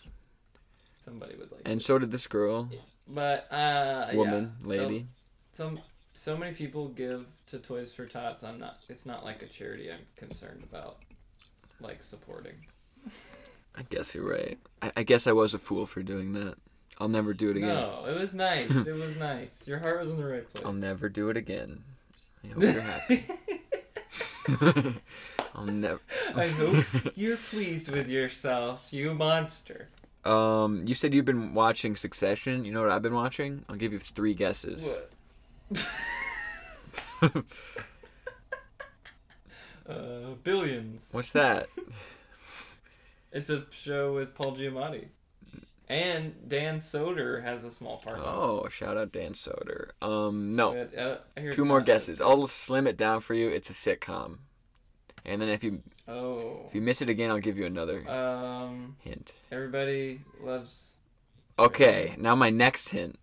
[SPEAKER 1] Somebody would like.
[SPEAKER 2] and so did this girl,
[SPEAKER 1] But uh,
[SPEAKER 2] woman,
[SPEAKER 1] yeah.
[SPEAKER 2] lady.
[SPEAKER 1] Some so many people give to Toys for Tots. I'm not. It's not like a charity. I'm concerned about, like supporting.
[SPEAKER 2] I guess you're right. I, I guess I was a fool for doing that. I'll never do it again.
[SPEAKER 1] No, it was nice. it was nice. Your heart was in the right place.
[SPEAKER 2] I'll never do it again. I hope you're happy. I'll never.
[SPEAKER 1] I hope you're pleased with yourself, you monster.
[SPEAKER 2] Um, you said you've been watching Succession. You know what I've been watching? I'll give you three guesses.
[SPEAKER 1] What? uh, billions.
[SPEAKER 2] What's that?
[SPEAKER 1] It's a show with Paul Giamatti. And Dan Soder has a small part. in it.
[SPEAKER 2] Oh, shout out Dan Soder. Um, no,
[SPEAKER 1] But, uh, I hear it's
[SPEAKER 2] two more
[SPEAKER 1] not-
[SPEAKER 2] guesses. I'll slim it down for you. It's a sitcom. And then if you
[SPEAKER 1] Oh.
[SPEAKER 2] if you miss it again, I'll give you another
[SPEAKER 1] Um,
[SPEAKER 2] hint.
[SPEAKER 1] everybody loves.
[SPEAKER 2] Okay, now my next hint.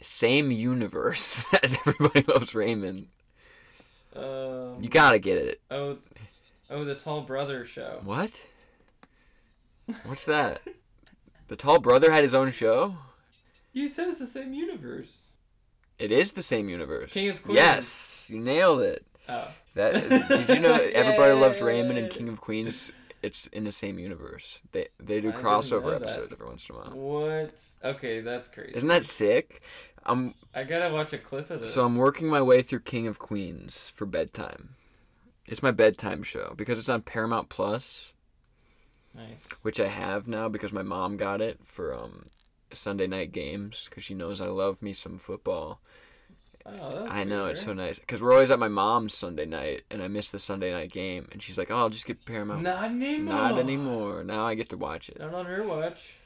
[SPEAKER 2] Same universe as Everybody Loves Raymond.
[SPEAKER 1] Um,
[SPEAKER 2] You gotta get it.
[SPEAKER 1] oh, oh, the Tall Brother show.
[SPEAKER 2] What? What's that? the Tall Brother had his own show.
[SPEAKER 1] You said it's the same universe.
[SPEAKER 2] It is the same universe.
[SPEAKER 1] King of Queens.
[SPEAKER 2] Yes, you nailed it.
[SPEAKER 1] Oh.
[SPEAKER 2] That did you know? Everybody loves Raymond and
[SPEAKER 1] Yay.
[SPEAKER 2] King of Queens. It's in the same universe. They they do
[SPEAKER 1] I didn't
[SPEAKER 2] crossover
[SPEAKER 1] know that.
[SPEAKER 2] episodes every once in a while.
[SPEAKER 1] What? Okay, that's crazy.
[SPEAKER 2] Isn't that sick? I'm
[SPEAKER 1] I gotta watch a clip of this.
[SPEAKER 2] so I'm working my way through King of Queens for bedtime. It's my bedtime show because it's on Paramount Plus,
[SPEAKER 1] Nice.
[SPEAKER 2] which I have now because my mom got it for um Sunday night games because she knows I love me some football.
[SPEAKER 1] Oh, that's
[SPEAKER 2] I know
[SPEAKER 1] fair.
[SPEAKER 2] it's so nice because we're always at my mom's Sunday night and I miss the Sunday night game and she's like, "Oh, I'll just get Paramount."
[SPEAKER 1] Not anymore.
[SPEAKER 2] Not anymore. Now I get to watch it.
[SPEAKER 1] Not on her watch.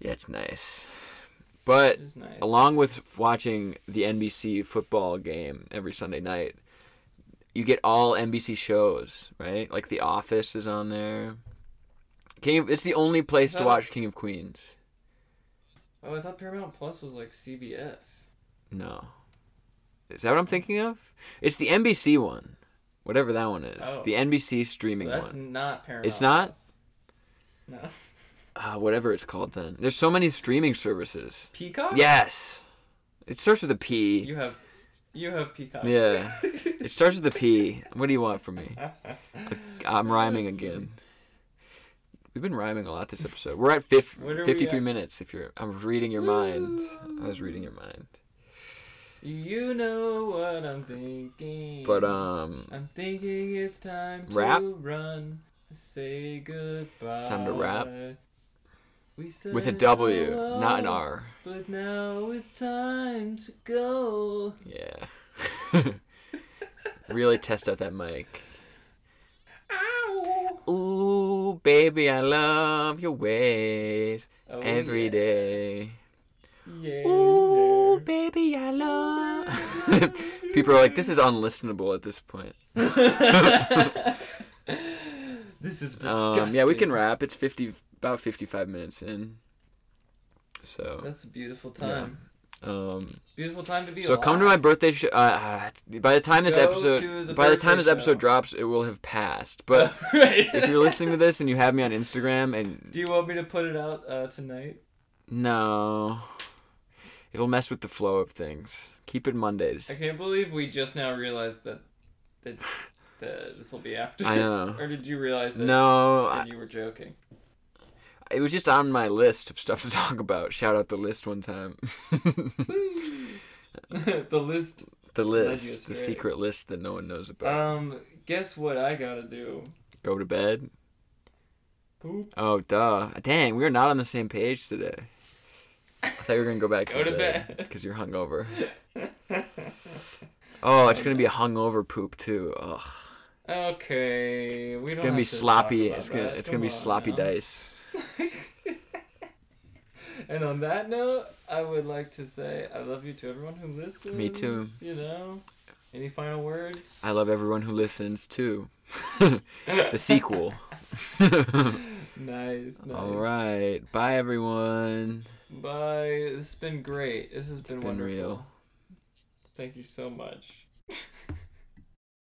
[SPEAKER 2] Yeah, it's nice. But
[SPEAKER 1] It's nice.
[SPEAKER 2] along with watching the NBC football game every Sunday night, you get all NBC shows, right? Like The Office is on there. King of, it's the only place to
[SPEAKER 1] No.
[SPEAKER 2] watch King of Queens.
[SPEAKER 1] Oh, I thought Paramount Plus was like CBS.
[SPEAKER 2] No. Is that what I'm thinking of? It's the NBC one. Whatever that one is.
[SPEAKER 1] Oh.
[SPEAKER 2] The NBC
[SPEAKER 1] So
[SPEAKER 2] streaming
[SPEAKER 1] that's
[SPEAKER 2] one.
[SPEAKER 1] not Paramount.
[SPEAKER 2] It's not?
[SPEAKER 1] Plus. No.
[SPEAKER 2] Uh, whatever it's called then. There's so many streaming services.
[SPEAKER 1] Peacock.
[SPEAKER 2] Yes. It starts with a P.
[SPEAKER 1] You have, you have Peacock.
[SPEAKER 2] Yeah. It starts with a P. What do you want from me? I'm rhyming again. We've been rhyming a lot this episode. We're at fif-
[SPEAKER 1] What are we
[SPEAKER 2] 53
[SPEAKER 1] at?
[SPEAKER 2] minutes. If you're, I was reading your mind. I was reading your mind.
[SPEAKER 1] you know what I'm thinking.
[SPEAKER 2] But um,
[SPEAKER 1] I'm thinking it's time
[SPEAKER 2] Rap?
[SPEAKER 1] to run. Say goodbye. It's
[SPEAKER 2] time to rap.
[SPEAKER 1] We said
[SPEAKER 2] with a W,
[SPEAKER 1] hello,
[SPEAKER 2] not an R.
[SPEAKER 1] But now it's time to go.
[SPEAKER 2] Yeah. really test out that mic.
[SPEAKER 1] Ow.
[SPEAKER 2] Ooh, baby, I love your ways
[SPEAKER 1] Oh,
[SPEAKER 2] every day.
[SPEAKER 1] Yeah.
[SPEAKER 2] Ooh, baby, I love. People are like, this is unlistenable at this point.
[SPEAKER 1] yeah. this is disgusting.
[SPEAKER 2] Um, yeah, we can wrap. It's fifty, about fifty-five minutes in. So,
[SPEAKER 1] That's a beautiful time.
[SPEAKER 2] um,
[SPEAKER 1] Beautiful time to be
[SPEAKER 2] so
[SPEAKER 1] alive.
[SPEAKER 2] come to my birthday. Sh- uh, uh, by the time this
[SPEAKER 1] Go to
[SPEAKER 2] episode,
[SPEAKER 1] the
[SPEAKER 2] by the time
[SPEAKER 1] birthday
[SPEAKER 2] this episode
[SPEAKER 1] show.
[SPEAKER 2] drops, it will have passed. But
[SPEAKER 1] right.
[SPEAKER 2] if you're listening to this and you have me on Instagram, and
[SPEAKER 1] Do you want me to put it out uh, tonight?
[SPEAKER 2] no, it'll mess with the flow of things. Keep it Mondays.
[SPEAKER 1] I can't believe we just now realized that that that this will be after.
[SPEAKER 2] I know.
[SPEAKER 1] or did you realize that?
[SPEAKER 2] No,
[SPEAKER 1] and
[SPEAKER 2] I,
[SPEAKER 1] you were joking.
[SPEAKER 2] it was just on my list of stuff to talk about. Shout out the list one time.
[SPEAKER 1] the list.
[SPEAKER 2] the
[SPEAKER 1] you
[SPEAKER 2] list, the
[SPEAKER 1] astray.
[SPEAKER 2] secret list that no one knows about.
[SPEAKER 1] Um, guess what I gotta do?
[SPEAKER 2] Go to bed.
[SPEAKER 1] Poop.
[SPEAKER 2] Oh, duh. Dang, we are not on the same page today. I thought we were gonna go back
[SPEAKER 1] Go to bed.
[SPEAKER 2] because you're hungover. Oh, it's gonna be a hungover poop too. Ugh,
[SPEAKER 1] okay. We
[SPEAKER 2] it's
[SPEAKER 1] don't
[SPEAKER 2] gonna be
[SPEAKER 1] have to talk
[SPEAKER 2] sloppy.
[SPEAKER 1] about
[SPEAKER 2] It's gonna
[SPEAKER 1] that.
[SPEAKER 2] it's gonna be
[SPEAKER 1] Come on
[SPEAKER 2] sloppy
[SPEAKER 1] now.
[SPEAKER 2] dice.
[SPEAKER 1] and on that note, I would like to say I love you to everyone who listens.
[SPEAKER 2] Me too.
[SPEAKER 1] You know, any final words?
[SPEAKER 2] I love everyone who listens too. the sequel.
[SPEAKER 1] nice, nice.
[SPEAKER 2] All right, bye everyone.
[SPEAKER 1] Bye. This has been great. This has been,
[SPEAKER 2] been
[SPEAKER 1] wonderful.
[SPEAKER 2] real.
[SPEAKER 1] Thank you so much.